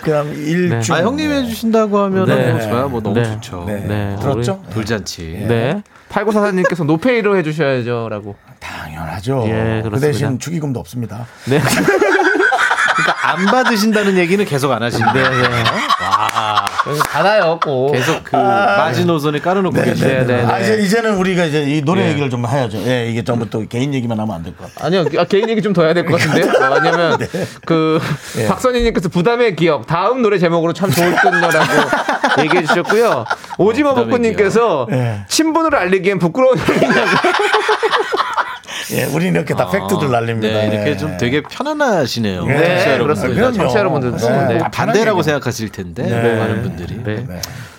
Speaker 1: 그냥 일주
Speaker 5: 아, 형님 해주신다고 하면
Speaker 2: 네.
Speaker 5: 뭐 저야 뭐 너무
Speaker 2: 네.
Speaker 5: 좋죠.
Speaker 1: 네.
Speaker 2: 네,
Speaker 1: 들었죠?
Speaker 5: 돌잔치.
Speaker 2: 네. 8944님께서 노페이로 해주셔야죠라고.
Speaker 1: 당연하죠.
Speaker 2: 예,
Speaker 1: 그
Speaker 2: 그렇습니다.
Speaker 1: 대신 축의금도 없습니다.
Speaker 2: 네.
Speaker 5: 그러니까 안 받으신다는 얘기는 계속 안 하신데.
Speaker 2: 네. 여기서 받아요, 네. 꼭.
Speaker 5: 계속 그 마지노선에 깔아놓고 계셔야 돼.
Speaker 1: 아, 이제, 이제는 우리가 이제 이 노래 얘기를 좀 해야죠. 예, 이게 전부 또 개인 얘기만 하면 안 될 것 같아요.
Speaker 2: 아니요, 아, 개인 얘기 좀 더 해야 될 것 같은데요. 아, 왜냐면, 그, 박선희님께서 부담의 기억, 다음 노래 제목으로 참 좋을 것이라고 얘기해 주셨고요. 오지마
Speaker 5: 부담의
Speaker 2: 복구님께서
Speaker 1: 예.
Speaker 2: 친분을 알리기엔 부끄러운 일이냐고.
Speaker 1: 예, 우리는 이렇게 다 팩트들 날립니다.
Speaker 5: 아, 네, 이렇게
Speaker 1: 예.
Speaker 5: 좀 되게 편안하시네요.
Speaker 1: 네,
Speaker 5: 청취자 여러분들.
Speaker 1: 그렇습니다.
Speaker 2: 청취자 여러분들.
Speaker 1: 그럼요.
Speaker 2: 네.
Speaker 1: 다
Speaker 5: 반대라고
Speaker 1: 편하게.
Speaker 5: 생각하실 텐데 뭐 많은 분들이
Speaker 2: 네.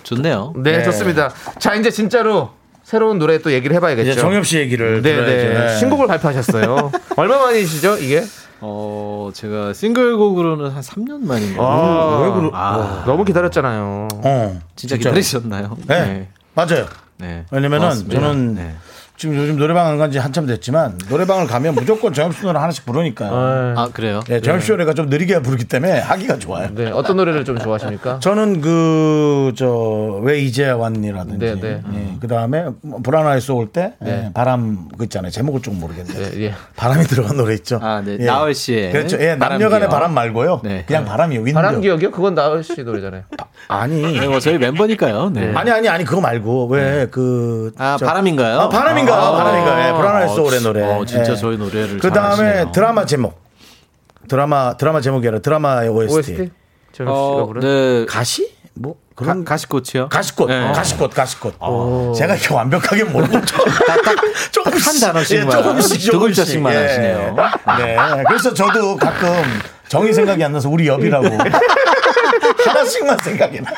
Speaker 5: 좋네요.
Speaker 2: 네, 좋습니다. 자, 이제 진짜로 새로운 노래 또 얘기를 해봐야겠죠.
Speaker 1: 이제 정엽 씨 얘기를
Speaker 2: 네,
Speaker 1: 들어야죠.
Speaker 2: 네.
Speaker 1: 예.
Speaker 2: 신곡을 발표하셨어요. 얼마 만이시죠, 이게?
Speaker 5: 어 제가 싱글곡으로는 한 3년 만인가요?
Speaker 2: 아, 왜 그러-
Speaker 5: 아,
Speaker 2: 너무 기다렸잖아요.
Speaker 1: 어,
Speaker 5: 진짜
Speaker 1: 진짜로.
Speaker 5: 기다리셨나요?
Speaker 1: 네. 맞아요.
Speaker 5: 네.
Speaker 1: 왜냐면은
Speaker 5: 고맙습니다.
Speaker 1: 저는
Speaker 5: 네.
Speaker 1: 지금 요즘 노래방 안 간 지 한참 됐지만 노래방을 가면 무조건 정엽 씨 노래 하나씩 부르니까요.
Speaker 5: 아 그래요?
Speaker 1: 예, 정엽 씨 노래가 좀 느리게 부르기 때문에 하기가 좋아요.
Speaker 2: 네, 어떤 노래를 좀 좋아하십니까?
Speaker 1: 저는 그 저 왜 이제 왔니라든지
Speaker 2: 네, 네.
Speaker 1: 예, 그다음에 불안하게 쏘올 때
Speaker 5: 네.
Speaker 1: 예, 바람 그 있잖아요 제목을 좀 모르겠는데
Speaker 2: 네, 예.
Speaker 1: 바람이 들어간 노래 있죠
Speaker 5: 아, 네.
Speaker 1: 예.
Speaker 5: 나얼 씨의
Speaker 1: 그렇죠 예
Speaker 5: 바람
Speaker 1: 남녀간의
Speaker 5: 기억.
Speaker 1: 바람 말고요
Speaker 5: 네.
Speaker 1: 그냥 바람이요 윈드
Speaker 2: 바람 기억이요? 그건 나얼 씨 노래잖아요.
Speaker 1: 아니
Speaker 5: 네, 뭐 저희 멤버니까요. 네.
Speaker 1: 아니 아니 아니 그거 말고 왜그
Speaker 5: 아 바람인가요?
Speaker 1: 아, 바람인가
Speaker 5: 아,
Speaker 1: 바람인가 예, 불안하게 쏘올의 노래
Speaker 5: 어, 진짜
Speaker 1: 예.
Speaker 5: 저희 노래를
Speaker 1: 그 다음에
Speaker 5: 잘하시네요.
Speaker 1: 드라마 제목 드라마 드라마 제목이 아니라 드라마의 OST,
Speaker 2: OST? 정엽 씨가
Speaker 5: 어,
Speaker 2: 부른?
Speaker 5: 네.
Speaker 1: 가시 뭐
Speaker 5: 가,
Speaker 1: 그런
Speaker 5: 가시꽃이요?
Speaker 1: 가시꽃,
Speaker 5: 네. 아.
Speaker 1: 가시꽃, 가시꽃. 제가 이렇게 완벽하게 모르고 조금씩
Speaker 5: 한 단어씩만.
Speaker 1: 예, 조금씩
Speaker 5: 두 글자씩만
Speaker 1: 조금씩, 예.
Speaker 5: 하시네요.
Speaker 1: 네, 그래서 저도 가끔 정이 생각이 안 나서 우리 옆이라고 하나씩만 생각이 나.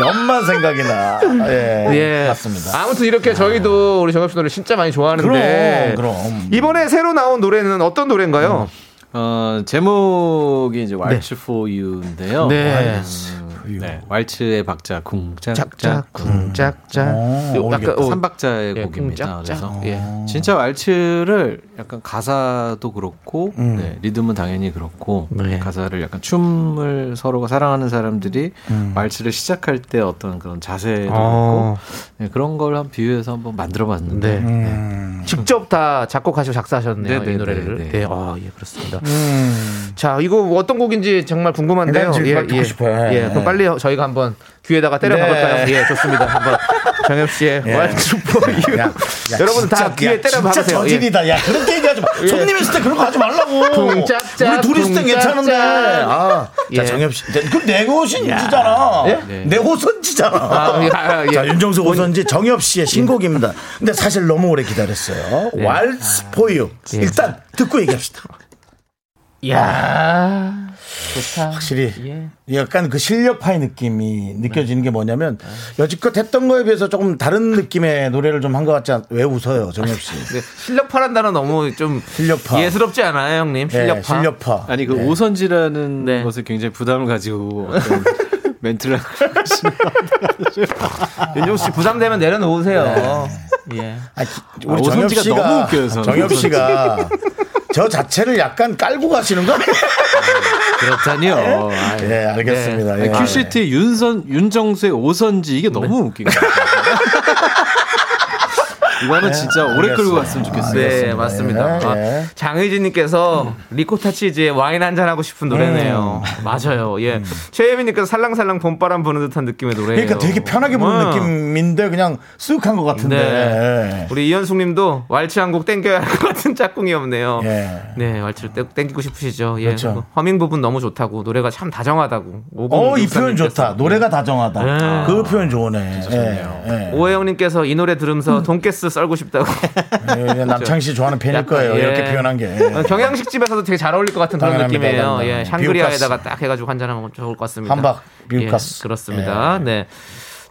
Speaker 1: 옆만 생각이 나. 예,
Speaker 2: 예.
Speaker 1: 맞습니다.
Speaker 2: 아무튼 이렇게 저희도 우리 정엽 씨 노래 진짜 많이
Speaker 5: 네.
Speaker 2: 좋아하는데.
Speaker 1: 그럼,
Speaker 5: 예.
Speaker 1: 그럼.
Speaker 2: 이번에 새로 나온 노래는 어떤 노래인가요?
Speaker 5: 어, 제목이 이제 왈츠 포 유인데요.
Speaker 2: 네.
Speaker 5: 네. 왈츠의 박자 궁짝짝
Speaker 2: 짝짝 쿵짝짝.
Speaker 1: 오,
Speaker 2: 약간 음. 어,
Speaker 5: 삼박자의
Speaker 2: 예,
Speaker 5: 곡입니다.
Speaker 2: 쿵짝짝.
Speaker 5: 그래서
Speaker 2: 예.
Speaker 5: 진짜 왈츠를 약간 가사도 그렇고 네, 리듬은 당연히 그렇고
Speaker 2: 음. 네.
Speaker 5: 가사를 약간 춤을 서로가 사랑하는 사람들이 왈츠를 시작할 때 어떤 그런 자세도
Speaker 2: 음. 어.
Speaker 5: 그렇고 네, 그런 걸 한 비유해서 한번 만들어봤는데
Speaker 2: 네. 직접 다 작곡하시고 작사하셨네요
Speaker 5: 네,
Speaker 2: 이
Speaker 5: 네,
Speaker 2: 노래를.
Speaker 5: 네,
Speaker 2: 네,
Speaker 5: 네.
Speaker 2: 아, 예, 그렇습니다. 자, 이거 어떤 곡인지 정말 궁금한데요.
Speaker 1: 난 지금 빨리 듣고
Speaker 2: 예.
Speaker 1: 싶어요. 예.
Speaker 2: 예, 그럼 빨리 저희가 한번 귀에다가 때려
Speaker 1: 네.
Speaker 2: 박을까요? 예, 좋습니다. 한번 정엽 씨의
Speaker 1: 예.
Speaker 2: 왈츠포
Speaker 1: 야,
Speaker 2: 유.
Speaker 1: 야,
Speaker 2: 여러분 다
Speaker 1: 진짜,
Speaker 2: 귀에
Speaker 1: 야,
Speaker 2: 때려
Speaker 1: 진짜
Speaker 2: 박으세요. 예.
Speaker 1: 저질이다. 야, 그렇게 얘기하지 마.
Speaker 5: 예.
Speaker 1: 손님 있을 때 그런 거 하지 말라고.
Speaker 2: 어,
Speaker 1: 우리
Speaker 2: 쿵짝짝,
Speaker 1: 둘이 있을 땐
Speaker 2: 쿵짝짝.
Speaker 1: 괜찮은데. 아, 자,
Speaker 2: 예.
Speaker 1: 정엽 씨. 그럼 네 내 호신지잖아.
Speaker 2: 예?
Speaker 1: 내 호선지잖아.
Speaker 2: 아, 예, 아, 예.
Speaker 1: 자, 윤정수 호선지 정엽 씨의 신곡입니다. 근데 사실 너무 오래 기다렸어요.
Speaker 2: 예. 아.
Speaker 1: 왈츠 포유. 일단 듣고 얘기합시다.
Speaker 2: 야. 좋다.
Speaker 1: 확실히
Speaker 2: 예.
Speaker 1: 약간 그 실력파의 느낌이 느껴지는 게 뭐냐면
Speaker 2: 아.
Speaker 1: 여지껏 했던 거에 비해서 조금 다른 느낌의 노래를 좀 한 것 같지 않? 왜 웃어요, 정엽 씨?
Speaker 2: 네, 실력파란 단어 너무 좀
Speaker 1: 실력파.
Speaker 2: 예스럽지 않아요, 형님?
Speaker 1: 예,
Speaker 2: 실력파.
Speaker 1: 실력파. 예.
Speaker 5: 아니 그 오선지라는
Speaker 2: 네.
Speaker 5: 것에 굉장히 부담을 가지고 뭐 어떤 멘트를 하고 계시네요.
Speaker 2: 네. 윤종수 씨 부담되면 내려놓으세요. 예.
Speaker 1: 아, 우리 정엽
Speaker 5: 아, 오선지가
Speaker 1: 씨가
Speaker 5: 너무 웃겨요, 저는.
Speaker 1: 정엽 씨가 저 자체를 약간 깔고 가시는 거 아니에요?
Speaker 5: 그렇다니요. 아, 네.
Speaker 1: 예, 알겠습니다.
Speaker 2: 네,
Speaker 1: 예.
Speaker 5: QCT 윤선 윤정수의 오선지 이게
Speaker 2: 네.
Speaker 5: 너무 웃기고 이거는 진짜 오래 끌고 갔으면
Speaker 1: 아,
Speaker 5: 좋겠어요.
Speaker 2: 네, 맞습니다.
Speaker 1: 예,
Speaker 2: 아,
Speaker 1: 예.
Speaker 2: 장의진님께서 리코타 치즈의 와인 한잔 하고 싶은 노래네요. 맞아요. 예. 최혜민님께서 살랑살랑 봄바람 부는 듯한 느낌의 노래예요.
Speaker 1: 그러니까 되게 편하게 부르는
Speaker 2: 음.
Speaker 1: 느낌인데 그냥 쑥한 것 같은데.
Speaker 2: 네.
Speaker 1: 예.
Speaker 2: 우리 이현숙님도 왈츠 한 곡 땡겨야 할 것 같은 짝꿍이 없네요.
Speaker 1: 예.
Speaker 2: 네, 왈츠를 땡- 땡기고 싶으시죠. 예.
Speaker 1: 그렇죠.
Speaker 2: 그 허밍 부분 너무 좋다고 노래가 참 다정하다고.
Speaker 1: 어, 이
Speaker 2: 5063
Speaker 1: 표현
Speaker 2: 님께서.
Speaker 1: 좋다. 노래가 다정하다. 그 표현 좋으네. 예, 예.
Speaker 2: 오해영님께서 이 노래
Speaker 1: 음.
Speaker 2: 들으면서 돈가스 썰고 싶다고.
Speaker 1: 예, 남창 씨 좋아하는 팬일
Speaker 2: 약간,
Speaker 1: 거예요.
Speaker 2: 예.
Speaker 1: 이렇게 표현한 게.
Speaker 4: 아,
Speaker 2: 어, 경양식 집에서도 되게 잘 어울릴 것 같은 그런
Speaker 1: 당연합니다,
Speaker 2: 느낌이에요.
Speaker 1: 당연합니다.
Speaker 2: 예, 샹그리아에다가 딱 해가지고 한 잔 하면 좋을 것 같습니다.
Speaker 1: 한박 비우카스.
Speaker 2: 예, 그렇습니다. 네.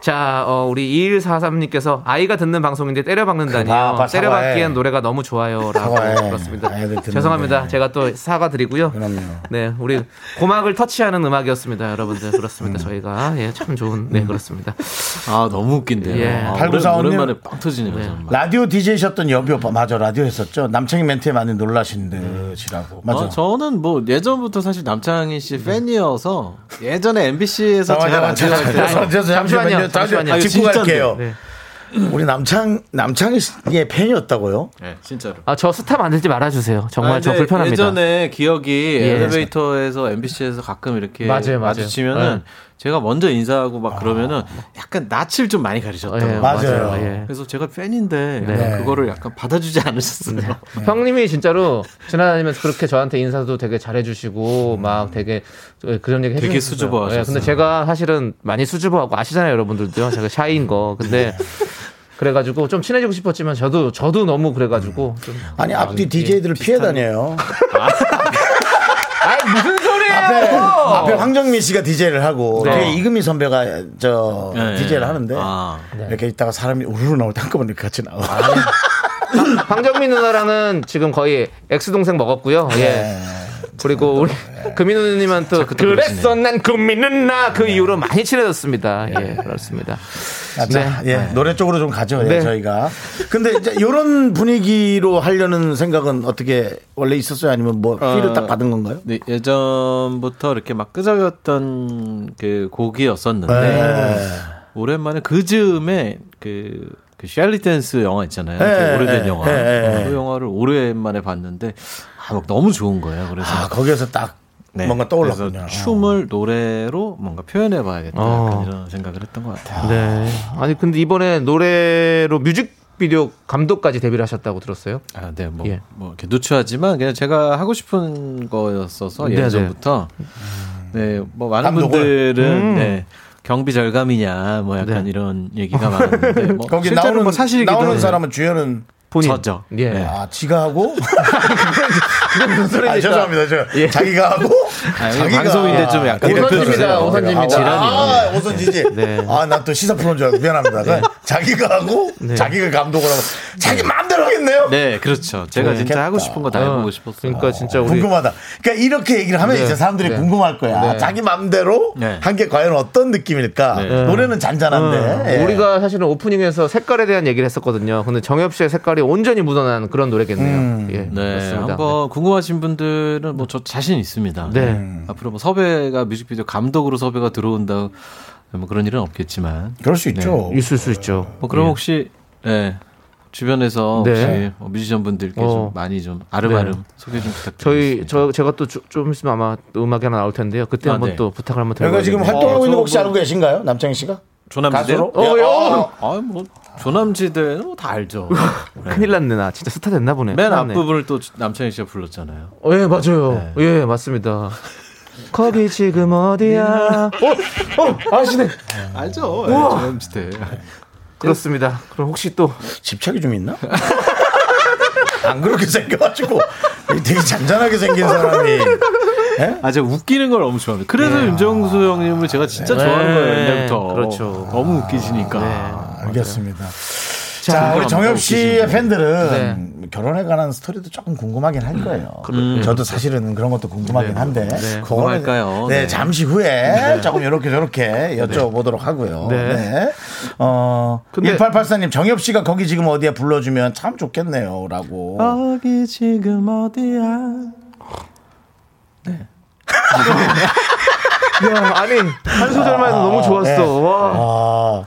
Speaker 2: 자, 어, 우리 2143님께서 아이가 듣는 방송인데 때려박는다니요.
Speaker 1: 아, 아빠 사과해.
Speaker 2: 때려박기엔 노래가 너무 좋아요라고
Speaker 1: 사과해.
Speaker 2: 그렇습니다.
Speaker 1: 아이들 듣는데.
Speaker 2: 죄송합니다. 제가 또 사과드리고요.
Speaker 1: 그럼요.
Speaker 2: 네, 우리 고막을 터치하는 음악이었습니다, 여러분들. 그렇습니다. 저희가 예, 참 좋은
Speaker 1: 음.
Speaker 2: 네 그렇습니다.
Speaker 1: 어.
Speaker 5: 아 너무 웃긴데요.
Speaker 2: 예.
Speaker 5: 아,
Speaker 1: 팔구사오님.
Speaker 5: 오랜- 오랜만에 빵 터지네요. 정말.
Speaker 1: 라디오 DJ셨던 여비 오빠. 맞아, 라디오 했었죠. 남창이 멘트에 많이 놀라신 듯이라고. 맞아.
Speaker 5: 아, 네. 저는 뭐 예전부터 사실 남창희 씨 팬이어서 아, 예전에 MBC에서 제가 아, 라디오 할때
Speaker 2: 잠시만요. 잠시만요.
Speaker 1: 짚고
Speaker 5: 진짜인데.
Speaker 1: 갈게요.
Speaker 2: 네.
Speaker 1: 우리 남창 남창희의 팬이었다고요?
Speaker 5: 예, 진짜로.
Speaker 4: 아, 저 스타 만들지 말아주세요. 정말
Speaker 5: 아,
Speaker 4: 저
Speaker 1: 네.
Speaker 5: 근데
Speaker 4: 불편합니다.
Speaker 5: 예전에 기억이
Speaker 4: 예.
Speaker 5: 엘리베이터에서 MBC에서 가끔 이렇게
Speaker 4: 맞아요, 맞아요.
Speaker 5: 마주치면은
Speaker 4: 네.
Speaker 5: 제가 먼저 인사하고 막 그러면은 약간 낯을 좀 많이
Speaker 4: 예,
Speaker 5: 가리셨다고.
Speaker 1: 맞아요.
Speaker 4: 예.
Speaker 5: 네. 그래서 제가 팬인데
Speaker 4: 네.
Speaker 5: 그거를 약간 받아주지
Speaker 2: 네.
Speaker 5: 않으셨어요.
Speaker 4: 형님이 진짜로 지나다니면서 그렇게 저한테 인사도 되게 잘해주시고 막 되게 그런 얘기 해주셨어요.
Speaker 5: 음. 되게 수줍어하셨어요.
Speaker 4: 예, 근데 제가 사실은 많이 수줍어하고 아시잖아요, 여러분들도요. 제가 샤이인 거. 근데
Speaker 5: 네.
Speaker 4: 그래가지고 좀 친해지고 싶었지만 저도 저도 너무 그래가지고.
Speaker 5: 음.
Speaker 4: 좀
Speaker 1: 아니 앞뒤
Speaker 5: 네.
Speaker 1: DJ들을 피해 다녀요.
Speaker 4: 아이, 무슨
Speaker 1: 앞에,
Speaker 4: 소리예요?
Speaker 1: 앞에 황정민 씨가 DJ를 하고
Speaker 4: 네.
Speaker 1: 뒤에 이금희 선배가 저
Speaker 5: 네.
Speaker 1: DJ를 하는데
Speaker 5: 아.
Speaker 1: 이렇게 있다가 사람이 우르르 나올 때 한꺼번에 이렇게 같이 나와.
Speaker 4: 황정민 누나랑은 지금 거의 엑스 동생 먹었고요.
Speaker 5: 네.
Speaker 1: 네.
Speaker 4: 예. 그리고 우리 금민 누님한테 그랬어 난 금민 누나
Speaker 5: 네.
Speaker 4: 그 이후로 많이 친해졌습니다. 예, 그렇습니다.
Speaker 1: 아,
Speaker 5: 네.
Speaker 1: 자, 예, 노래 쪽으로 좀 가죠. 예,
Speaker 4: 네.
Speaker 1: 저희가. 근데 이제 이런 분위기로 하려는 생각은 어떻게 원래 있었어요? 아니면 뭐 피를 딱 받은 건가요?
Speaker 5: 근데 예전부터 이렇게 막 끄적였던 그
Speaker 1: 예.
Speaker 5: 곡이었었는데 네. 오랜만에 그 즈음에 그, 그 샬리 댄스 영화 있잖아요.
Speaker 1: 네,
Speaker 5: 그 오래된
Speaker 1: 네,
Speaker 5: 영화.
Speaker 1: 네, 네.
Speaker 5: 그 영화를 오랜만에 봤는데 아, 막 너무 좋은 거예요. 그래서
Speaker 1: 아, 거기에서 딱
Speaker 5: 네.
Speaker 1: 뭔가 떠올랐군요.
Speaker 5: 그래서 춤을 노래로 뭔가 표현해 봐야겠다.
Speaker 4: 어.
Speaker 5: 이런 생각을 했던 것 같아요.
Speaker 4: 네. 아니 근데 이번에 노래로 뮤직비디오 감독까지 데뷔를 하셨다고 들었어요.
Speaker 5: 아, 네, 뭐,
Speaker 4: 예.
Speaker 5: 뭐 이렇게 누추하지만 그냥 제가 하고 싶은 거였어서
Speaker 4: 네,
Speaker 5: 예전부터 네, 뭐 많은
Speaker 1: 감독을.
Speaker 5: 분들은 네, 경비 절감이냐 뭐 약간
Speaker 4: 네.
Speaker 5: 이런 얘기가 많았는데 뭐
Speaker 1: 거기
Speaker 5: 실제로
Speaker 1: 나오는
Speaker 5: 뭐 사실이기도
Speaker 1: 어, 나오는
Speaker 5: 해요.
Speaker 1: 사람은 주연은
Speaker 4: 본인.
Speaker 5: 저죠.
Speaker 4: 예.
Speaker 5: 네.
Speaker 1: 아, 지가 하고
Speaker 4: 소리입니까?
Speaker 1: 아, 죄송합니다. 저 자기가 하고
Speaker 5: 아, 이거 방송인데 좀 약간
Speaker 4: 오선지입니다. 오선지입니다.
Speaker 1: 아, 오선지지.
Speaker 4: 네.
Speaker 1: 아, 난 또 시사 프로인 줄 알고 미안합니다. 자기가 하고 자기가 감독을 하고 자기 마음대로 하겠네요.
Speaker 5: 네, 그렇죠. 제가 진짜 하고 싶은 거 다 해보고
Speaker 4: 어,
Speaker 5: 싶었어요.
Speaker 4: 그러니까 진짜 우리
Speaker 1: 궁금하다. 그러니까 이렇게 얘기를 하면
Speaker 4: 네.
Speaker 1: 이제 사람들이
Speaker 4: 네.
Speaker 1: 궁금할 거야.
Speaker 4: 네.
Speaker 1: 자기 마음대로
Speaker 5: 네.
Speaker 1: 한 게 과연 어떤 느낌일까?
Speaker 5: 네.
Speaker 1: 노래는
Speaker 4: 어,
Speaker 1: 잔잔한데. 예.
Speaker 4: 우리가 사실은 오프닝에서 색깔에 대한 얘기를 했었거든요. 근데 정엽 씨의 색깔이 온전히 묻어난 그런 노래겠네요. 예,
Speaker 5: 네,
Speaker 4: 그렇습니다.
Speaker 5: 한번 궁금하신 분들은 뭐 저 자신 있습니다.
Speaker 4: 네.
Speaker 5: 앞으로 뭐 섭외가 뮤직비디오 감독으로 섭외가 들어온다 뭐 그런 일은 없겠지만
Speaker 1: 예. 그럴 수 있죠.
Speaker 4: 네. 있을 수 있죠.
Speaker 5: 뭐 그럼 혹시 네, 주변에서
Speaker 4: 네.
Speaker 5: 혹시 뭐 뮤지션 분들께
Speaker 4: 어. 네.
Speaker 5: 좀 많이 좀 아름아름 소개 좀 부탁드립니다.
Speaker 4: 저희 저 제가 또 좀 있으면 아마 또 음악이 하나 나올 텐데요. 그때
Speaker 5: 아,
Speaker 4: 한번
Speaker 5: 네.
Speaker 4: 또 부탁을 한번
Speaker 1: 여기
Speaker 4: 드려요.
Speaker 1: 가 지금 활동하고 있는 혹시 알고 계신가요? 남창희 씨가?
Speaker 5: 조남지대요?
Speaker 1: 가수로? 예. 어,
Speaker 5: 아뭐 조남지대는 뭐다 알죠. 네.
Speaker 4: 큰일 났네 나 진짜 스타 됐나 보네.
Speaker 5: 맨
Speaker 4: 큰일 났네.
Speaker 5: 앞부분을 네. 또 남창희 씨가 불렀잖아요.
Speaker 4: 어, 예 맞아요. 예 맞습니다. 거기 지금 어디야? 어, 어 아시네.
Speaker 5: 알죠. 예, 조남지대.
Speaker 4: 그렇습니다. 그럼 혹시 또
Speaker 1: 집착이 좀 있나? 안 그렇게 생겨가지고 되게 잔잔하게 생긴 사람이 예?
Speaker 5: 아, 제가 웃기는 걸 너무 좋아합니다. 그래서 윤정수 형님을 제가 진짜 뭐 좋아하는 거예요,
Speaker 4: 네.
Speaker 5: 옛날부터.
Speaker 4: 그렇죠. 네.
Speaker 5: 너무 웃기시니까.
Speaker 1: 아, 알겠습니다. 자, 우리 정엽 씨의
Speaker 5: 네.
Speaker 1: 팬들은 결혼에 관한 스토리도 조금 궁금하긴 할
Speaker 5: 음.
Speaker 1: 거예요. 저도 사실은 그런 것도 궁금하긴 한데. 그거는
Speaker 5: 네. 궁금할까요?
Speaker 1: 네,
Speaker 5: 네.
Speaker 1: 잠시 후에 조금 이렇게 저렇게 여쭤보도록 하고요. 네.
Speaker 4: 네.
Speaker 1: 어,
Speaker 4: 근데-
Speaker 1: 1884님, 정엽 씨가 거기 지금 어디에 불러주면 참 좋겠네요. 라고.
Speaker 5: 아, 여기 지금 어디야?
Speaker 4: 야, 아니 한 소절만 해도 너무 좋았어.
Speaker 1: 네.
Speaker 4: 와.
Speaker 1: 아,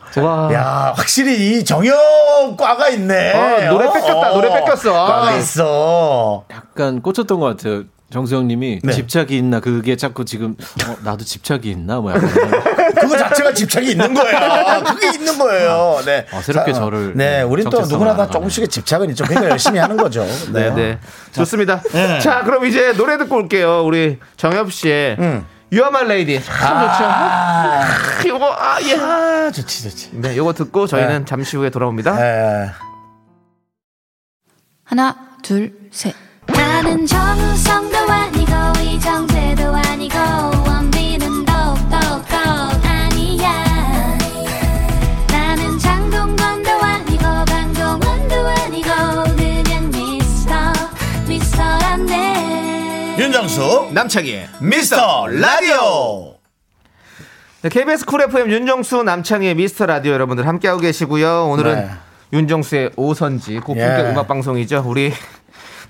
Speaker 4: 와.
Speaker 1: 야, 확실히 이 정엽과가 있네.
Speaker 4: 아, 노래
Speaker 1: 어,
Speaker 4: 뺏겼다,
Speaker 1: 어,
Speaker 4: 노래 뺏겼어. 아.
Speaker 1: 과가 있어.
Speaker 5: 약간 꽂혔던 것 같아요. 정수 형님이
Speaker 1: 네.
Speaker 5: 집착이 있나 그게 자꾸 지금 어, 나도 집착이 있나 뭐 약간 이런.
Speaker 1: 그거 자체가 집착이 있는 거예요. 그게 있는 거예요. 네.
Speaker 5: 아, 새롭게 저를,
Speaker 1: 네,
Speaker 5: 네,
Speaker 1: 우린 또
Speaker 5: 정체성을
Speaker 1: 누구나 다
Speaker 5: 알아가는.
Speaker 1: 조금씩의 집착은 있죠. 그러니까 열심히 하는 거죠. 네.
Speaker 4: 네, 네. 좋습니다. 자, 그럼 이제 노래 듣고 올게요. 우리 정엽 씨의
Speaker 1: 음.
Speaker 4: You Are My Lady. 참
Speaker 1: 아,
Speaker 4: 좋죠. 이거 아 예.
Speaker 1: 아, 좋지, 좋지.
Speaker 4: 네, 요거 듣고 저희는 잠시 후에 돌아옵니다.
Speaker 1: 예.
Speaker 6: 하나, 둘, 셋.
Speaker 7: 나는 정우성도 아니고 이정재도 아니고 원빈은 더욱더 아니야 나는 장동건도 아니고 강동원도 아니고 그냥 미스터 미스터란데
Speaker 1: 윤정수, 남창희, 미스터 라디오.
Speaker 4: 네, KBS 쿨 FM 윤정수 남창희의 미스터 라디오 여러분들 함께하고 계시고요. 오늘은
Speaker 1: 네.
Speaker 4: 윤정수의 오선지 고품격
Speaker 1: 예.
Speaker 4: 음악 방송이죠. 우리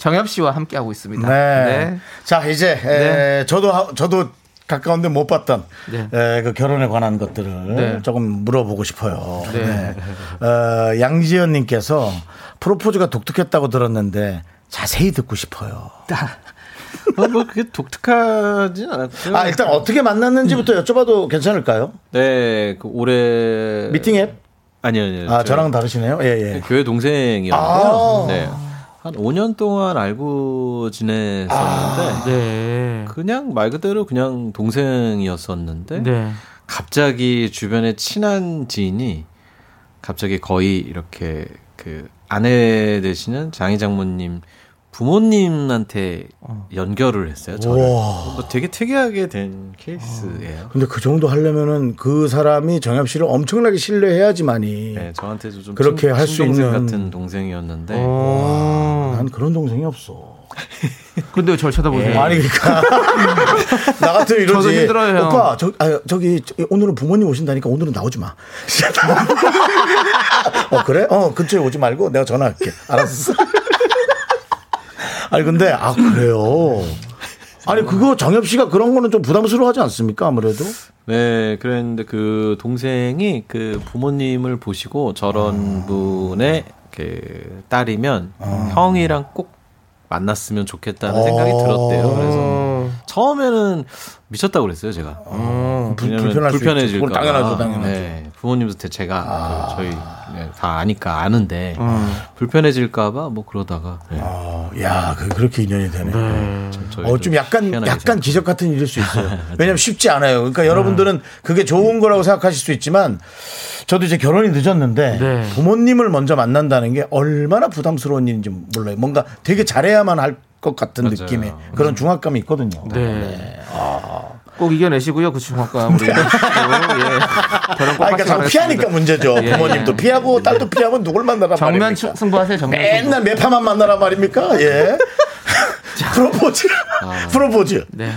Speaker 4: 정엽 씨와 함께하고 있습니다.
Speaker 5: 네.
Speaker 1: 네. 자, 이제, 에, 저도, 하- 저도 가까운데 못 봤던
Speaker 2: 네.
Speaker 1: 에, 그 결혼에 관한 것들을
Speaker 2: 네.
Speaker 1: 조금 물어보고 싶어요. 네. 어, 양지연님께서 프로포즈가 독특했다고 들었는데 자세히 듣고 싶어요.
Speaker 5: 어, 뭐 그게 독특하진 음. 않았고요.
Speaker 1: 아 일단 어떻게 만났는지부터 여쭤봐도 괜찮을까요?
Speaker 5: 네, 그 올해
Speaker 1: 미팅 앱?
Speaker 5: 아니요, 아니요.
Speaker 1: 아
Speaker 5: 저-
Speaker 1: 저랑 다르시네요. 예예.
Speaker 5: 교회 동생이었는데요.
Speaker 1: 아.
Speaker 5: 네. 한 5년 동안 알고 지냈었는데
Speaker 1: 아.
Speaker 2: 네.
Speaker 5: 그냥 말 그대로 그냥 동생이었었는데
Speaker 2: 네.
Speaker 5: 갑자기 주변에 친한 지인이 갑자기 거의 이렇게 그 아내 되시는 장희 장모님 부모님한테
Speaker 1: 어.
Speaker 5: 연결을 했어요. 저를
Speaker 1: 와.
Speaker 5: 뭐 되게 특이하게 된 케이스예요.
Speaker 1: 근데 그 정도 하려면은 그 사람이 정엽 씨를 엄청나게 신뢰해야지만이
Speaker 5: 네, 저한테도 좀
Speaker 1: 그렇게
Speaker 5: 친-
Speaker 1: 할수
Speaker 5: 친동생
Speaker 1: 있는-
Speaker 5: 같은 동생이었는데
Speaker 2: 어.
Speaker 1: 난 그런 동생이 없어.
Speaker 2: 근데 왜 절 쳐다보세요?
Speaker 1: 아니 그러니까 나 같으면 이러지.
Speaker 2: 저도 힘들어요, 형.
Speaker 1: 오빠 저, 아, 저기 저- 오늘은 부모님 오신다니까 오늘은 나오지 마. 어 그래? 어 근처에 오지 말고 내가 전화할게. 알았어. 아니 근데 아 그래요. 아니 그거 정엽 씨가 그런 거는 좀 부담스러워하지 않습니까 아무래도
Speaker 5: 네, 그랬는데 그 동생이 그 부모님을 보시고
Speaker 1: 아.
Speaker 5: 저런 분의 그 딸이면 형이랑 꼭 만났으면 좋겠다는
Speaker 1: 어.
Speaker 5: 생각이 들었대요. 그래서 처음에는 미쳤다고 그랬어요, 제가.
Speaker 1: 아, 불-
Speaker 5: 왜냐면
Speaker 1: 불편할 수 있죠.
Speaker 5: 불편해질까
Speaker 1: 그건
Speaker 5: 봐.
Speaker 1: 당연하죠, 당연하죠. 아.
Speaker 5: 네, 부모님도 대 제가 그 저희 네, 다 아니까 아는데
Speaker 2: 음.
Speaker 5: 불편해질까 봐 뭐 그러다가 네,
Speaker 1: 야 그- 그렇게 인연이 되네.
Speaker 5: 저희도
Speaker 1: 아. 어, 좀 약간,
Speaker 5: 희한하게
Speaker 1: 약간 기적 같은 일일 수 있어요. 왜냐면 쉽지 않아요. 그러니까
Speaker 2: 음.
Speaker 1: 여러분들은 그게 좋은 거라고 생각하실 수 있지만 저도 이제 결혼이 늦었는데
Speaker 2: 네.
Speaker 1: 부모님을 먼저 만난다는 게 얼마나 부담스러운 일인지 몰라요. 뭔가 되게 잘해야만 할 것 같은 느낌의 그런 중압감이 있거든요.
Speaker 2: 음. 네.
Speaker 1: 아.
Speaker 2: 꼭 이겨내시고요. 그 중학감 우리. 예. 결혼 꼭
Speaker 1: 아, 그러니까
Speaker 2: 하시기
Speaker 1: 자 피하니까
Speaker 2: 바라겠습니다.
Speaker 1: 문제죠.
Speaker 2: 예.
Speaker 1: 부모님도 피하고 딸도 피하면 누굴 만나란
Speaker 2: 정면
Speaker 1: 말입니까?
Speaker 2: 추- 승부하세요. 정면 승부.
Speaker 1: 맨날 매파만 만나란 말입니까? 예. 프로포즈. 프로포즈.
Speaker 2: 네.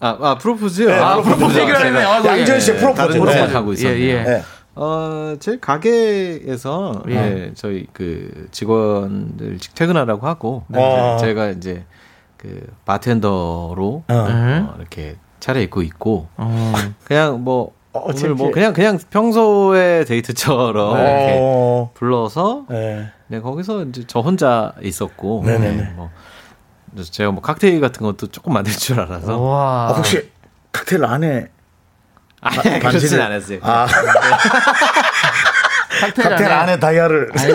Speaker 5: 아, 아
Speaker 1: 네,
Speaker 5: 프로포즈요.
Speaker 2: 아, 프로포즈 얘기를 하네. 아, 네.
Speaker 1: 양지현 씨의 프로포즈.
Speaker 5: 다른
Speaker 1: 네.
Speaker 5: 프로포즈 하고 있었네요.
Speaker 2: 예, 예.
Speaker 1: 예.
Speaker 5: 어, 제 가게에서
Speaker 2: 예.
Speaker 5: 예, 저희 그 직원들 직- 퇴근하라고 하고
Speaker 1: 네.
Speaker 5: 제- 제가 이제 그 바텐더로
Speaker 1: 어.
Speaker 2: 음.
Speaker 5: 어, 이렇게 차려입고 있고
Speaker 2: 어.
Speaker 5: 그냥 뭐
Speaker 1: 어,
Speaker 5: 오늘 뭐
Speaker 1: 창피해.
Speaker 5: 그냥 그냥 평소의 데이트처럼 이렇게
Speaker 1: 어.
Speaker 5: 불러서
Speaker 1: 예.
Speaker 5: 네, 거기서 이제 저 혼자 있었고
Speaker 1: 네네네.
Speaker 5: 네, 뭐 제가 뭐 칵테일 같은 것도 조금 만들 줄 알아서
Speaker 2: 와.
Speaker 1: 아, 혹시 칵테일 안에
Speaker 5: 아니 예,
Speaker 1: 바-
Speaker 5: 그렇진
Speaker 1: 반지를-
Speaker 5: 않았어요.
Speaker 1: 아,
Speaker 2: 칵테일
Speaker 1: 칵테일
Speaker 2: 안에
Speaker 1: 안에 다이아를
Speaker 2: 네.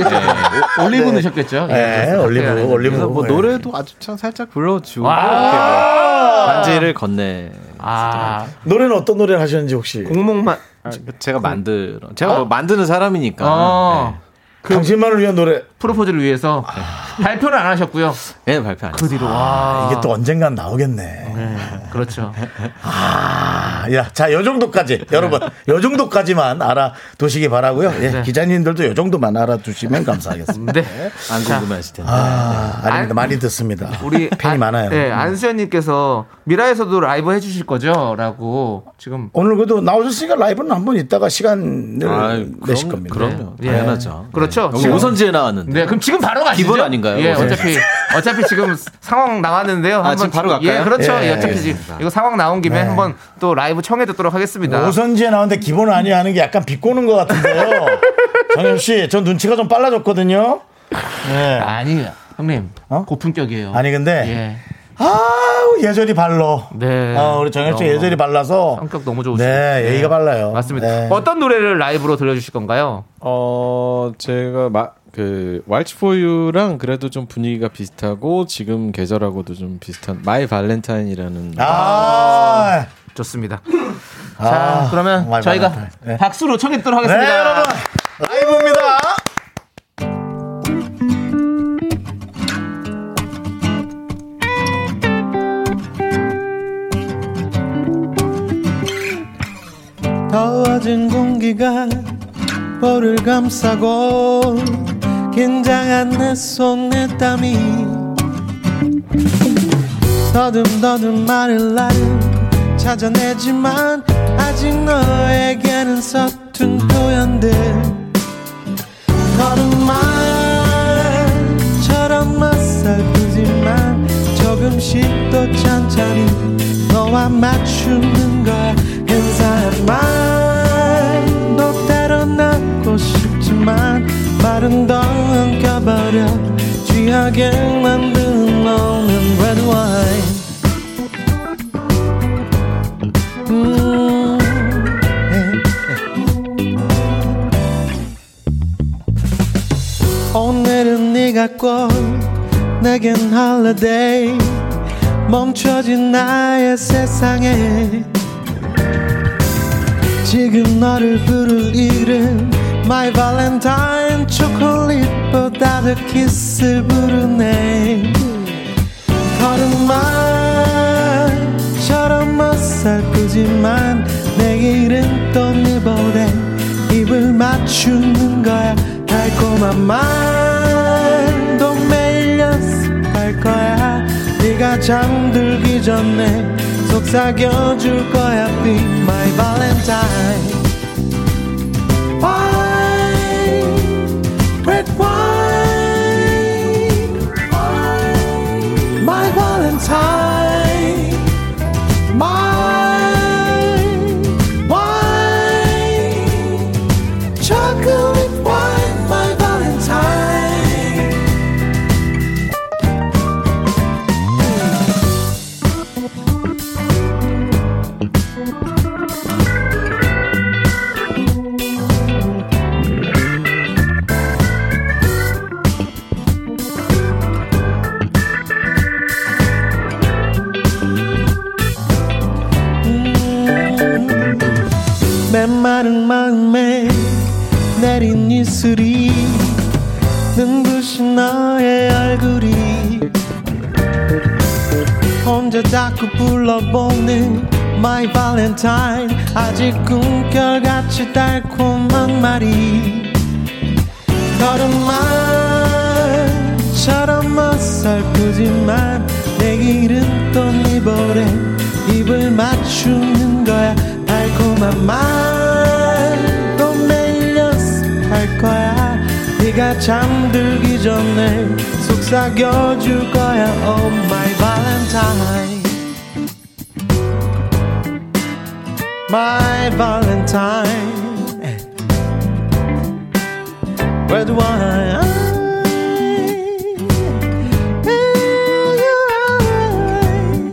Speaker 2: 올리브 넣으셨겠죠?
Speaker 1: 예, 올리브 올리브
Speaker 5: 그래서 뭐
Speaker 1: 예.
Speaker 5: 노래도 아주 참 살짝 불러주고
Speaker 2: 아.
Speaker 5: 이렇게 뭐 반지를 건네
Speaker 2: 아,
Speaker 1: 노래는 어떤 노래를 하셨는지 혹시
Speaker 2: 공목만.
Speaker 5: 아, 제가 그 만들어 제가 뭐 만드는 사람이니까
Speaker 1: 네.
Speaker 2: 어.
Speaker 1: 당신만을 위한 노래
Speaker 4: 아.
Speaker 2: 프로포즈를 위해서 발표를 안 하셨고요.
Speaker 5: 네, 네, 발표 안 했어요.
Speaker 2: 뒤로 와.
Speaker 1: 아, 이게 또 언젠간 나오겠네.
Speaker 2: 네, 그렇죠.
Speaker 1: 아, 야, 자, 요 정도까지 여러분, 요 정도까지만 알아두시기 바라고요. 예, 기자님들도 요 정도만 알아두시면
Speaker 4: 음.
Speaker 1: 감사하겠습니다.
Speaker 2: 네.
Speaker 5: 안 궁금하실 텐데
Speaker 1: 아, 아닙니다.
Speaker 2: 안-
Speaker 1: 많이 듣습니다.
Speaker 2: 우리
Speaker 1: 팬이
Speaker 2: 안-
Speaker 1: 많아요. 음.
Speaker 2: 네, 안수현님께서 미라에서도 라이브 해주실 거죠?라고 지금
Speaker 1: 오늘 그래도 나오셨으니까 라이브는 한 번 있다가 시간을
Speaker 5: 아유,
Speaker 1: 내실
Speaker 5: 그럼-
Speaker 1: 겁니다.
Speaker 5: 그럼요
Speaker 2: 예.
Speaker 5: 당연하죠
Speaker 2: 그렇죠.
Speaker 1: 네.
Speaker 5: 여기
Speaker 2: 지금-
Speaker 5: 오선지에 나왔는데
Speaker 2: 네, 그럼 지금 바로 가시죠.
Speaker 5: 기본 아닌가요?
Speaker 2: 예,
Speaker 5: 네.
Speaker 2: 어차피 어차피 지금 상황 나왔는데요.
Speaker 1: 아,
Speaker 2: 한번
Speaker 5: 지금 바로
Speaker 2: 지-
Speaker 5: 갈까요?
Speaker 2: 예, 그렇죠.
Speaker 1: 예, 네.
Speaker 2: 예, 어차피 지금 이거 상황 나온 김에 한번 또 라이브 청해 듣도록 하겠습니다.
Speaker 1: 오선지에 나오는데 기본 아니 하는 게 약간 비꼬는 것 같은데요. 정엽 씨, 전 눈치가 좀 빨라졌거든요. 네.
Speaker 2: 아니, 형님
Speaker 1: 어?
Speaker 2: 고품격이에요.
Speaker 1: 아니 근데
Speaker 2: 예,
Speaker 1: 아우 예절이 발로.
Speaker 2: 네.
Speaker 1: 아, 우리 정엽 씨
Speaker 2: 너무-
Speaker 1: 예절이 발라서
Speaker 2: 성격 너무 좋으시고.
Speaker 1: 네, 예의가 발라요.
Speaker 2: 맞습니다.
Speaker 1: 네.
Speaker 2: 어떤 노래를 라이브로 들려주실 건가요?
Speaker 5: 어 제가 막그 왈츠 포유랑 그래도 좀 분위기가 비슷하고 지금 계절하고도 좀 비슷한 마이 발렌타인이라는
Speaker 1: 아,
Speaker 2: 좋습니다.
Speaker 1: 아,
Speaker 2: 자, 그러면
Speaker 1: 정말
Speaker 2: 저희가
Speaker 1: 많았다. 네.
Speaker 2: 박수로 청해 듣도록
Speaker 1: 네,
Speaker 2: 하겠습니다.
Speaker 1: 여러분 라이브입니다.
Speaker 6: 더워진 공기가 볼을 감싸고 긴장한 내 손 내 땀이 더듬더듬 말을 나를 찾아내지만 아직 너에게는 서툰 표현들 너는 말처럼 맞설프지만 조금씩 또 천천히 너 너와 맞추는 거야 인사말 너 따라 나고 싶지만 말은 더 엉켜버려 취하게 만든 너는 red wine 음, 예. 오늘은 네가 꼭 내겐 holiday 멈춰진 나의 세상에 지금 너를 부를 이름 My Valentine 초콜릿보다 더 키스 부르네 걸음마처럼 어설프지만 내일은 또 네보다 입을 맞추는 거야 달콤한 말도 매일 연습할 거야 네가 잠들기 전에 속삭여줄 거야 Be my valentine Wine, red wine My Valentine, my wine, chocolate wine, my Valentine. 맨마른 마음에 내린 이슬이 눈부신 너의 얼굴이 혼자 자꾸 불러보는 My Valentine 아직 꿈결같이 달콤한 말이 걸음마처럼 어설프지만 내일은 또 이별에 입을 맞추는 거야 달콤한 말도 매일 연습할 거야 네가 잠들기 전에 속삭여줄 거야 Oh my Valentine My Valentine Red wine. Feel your eyes,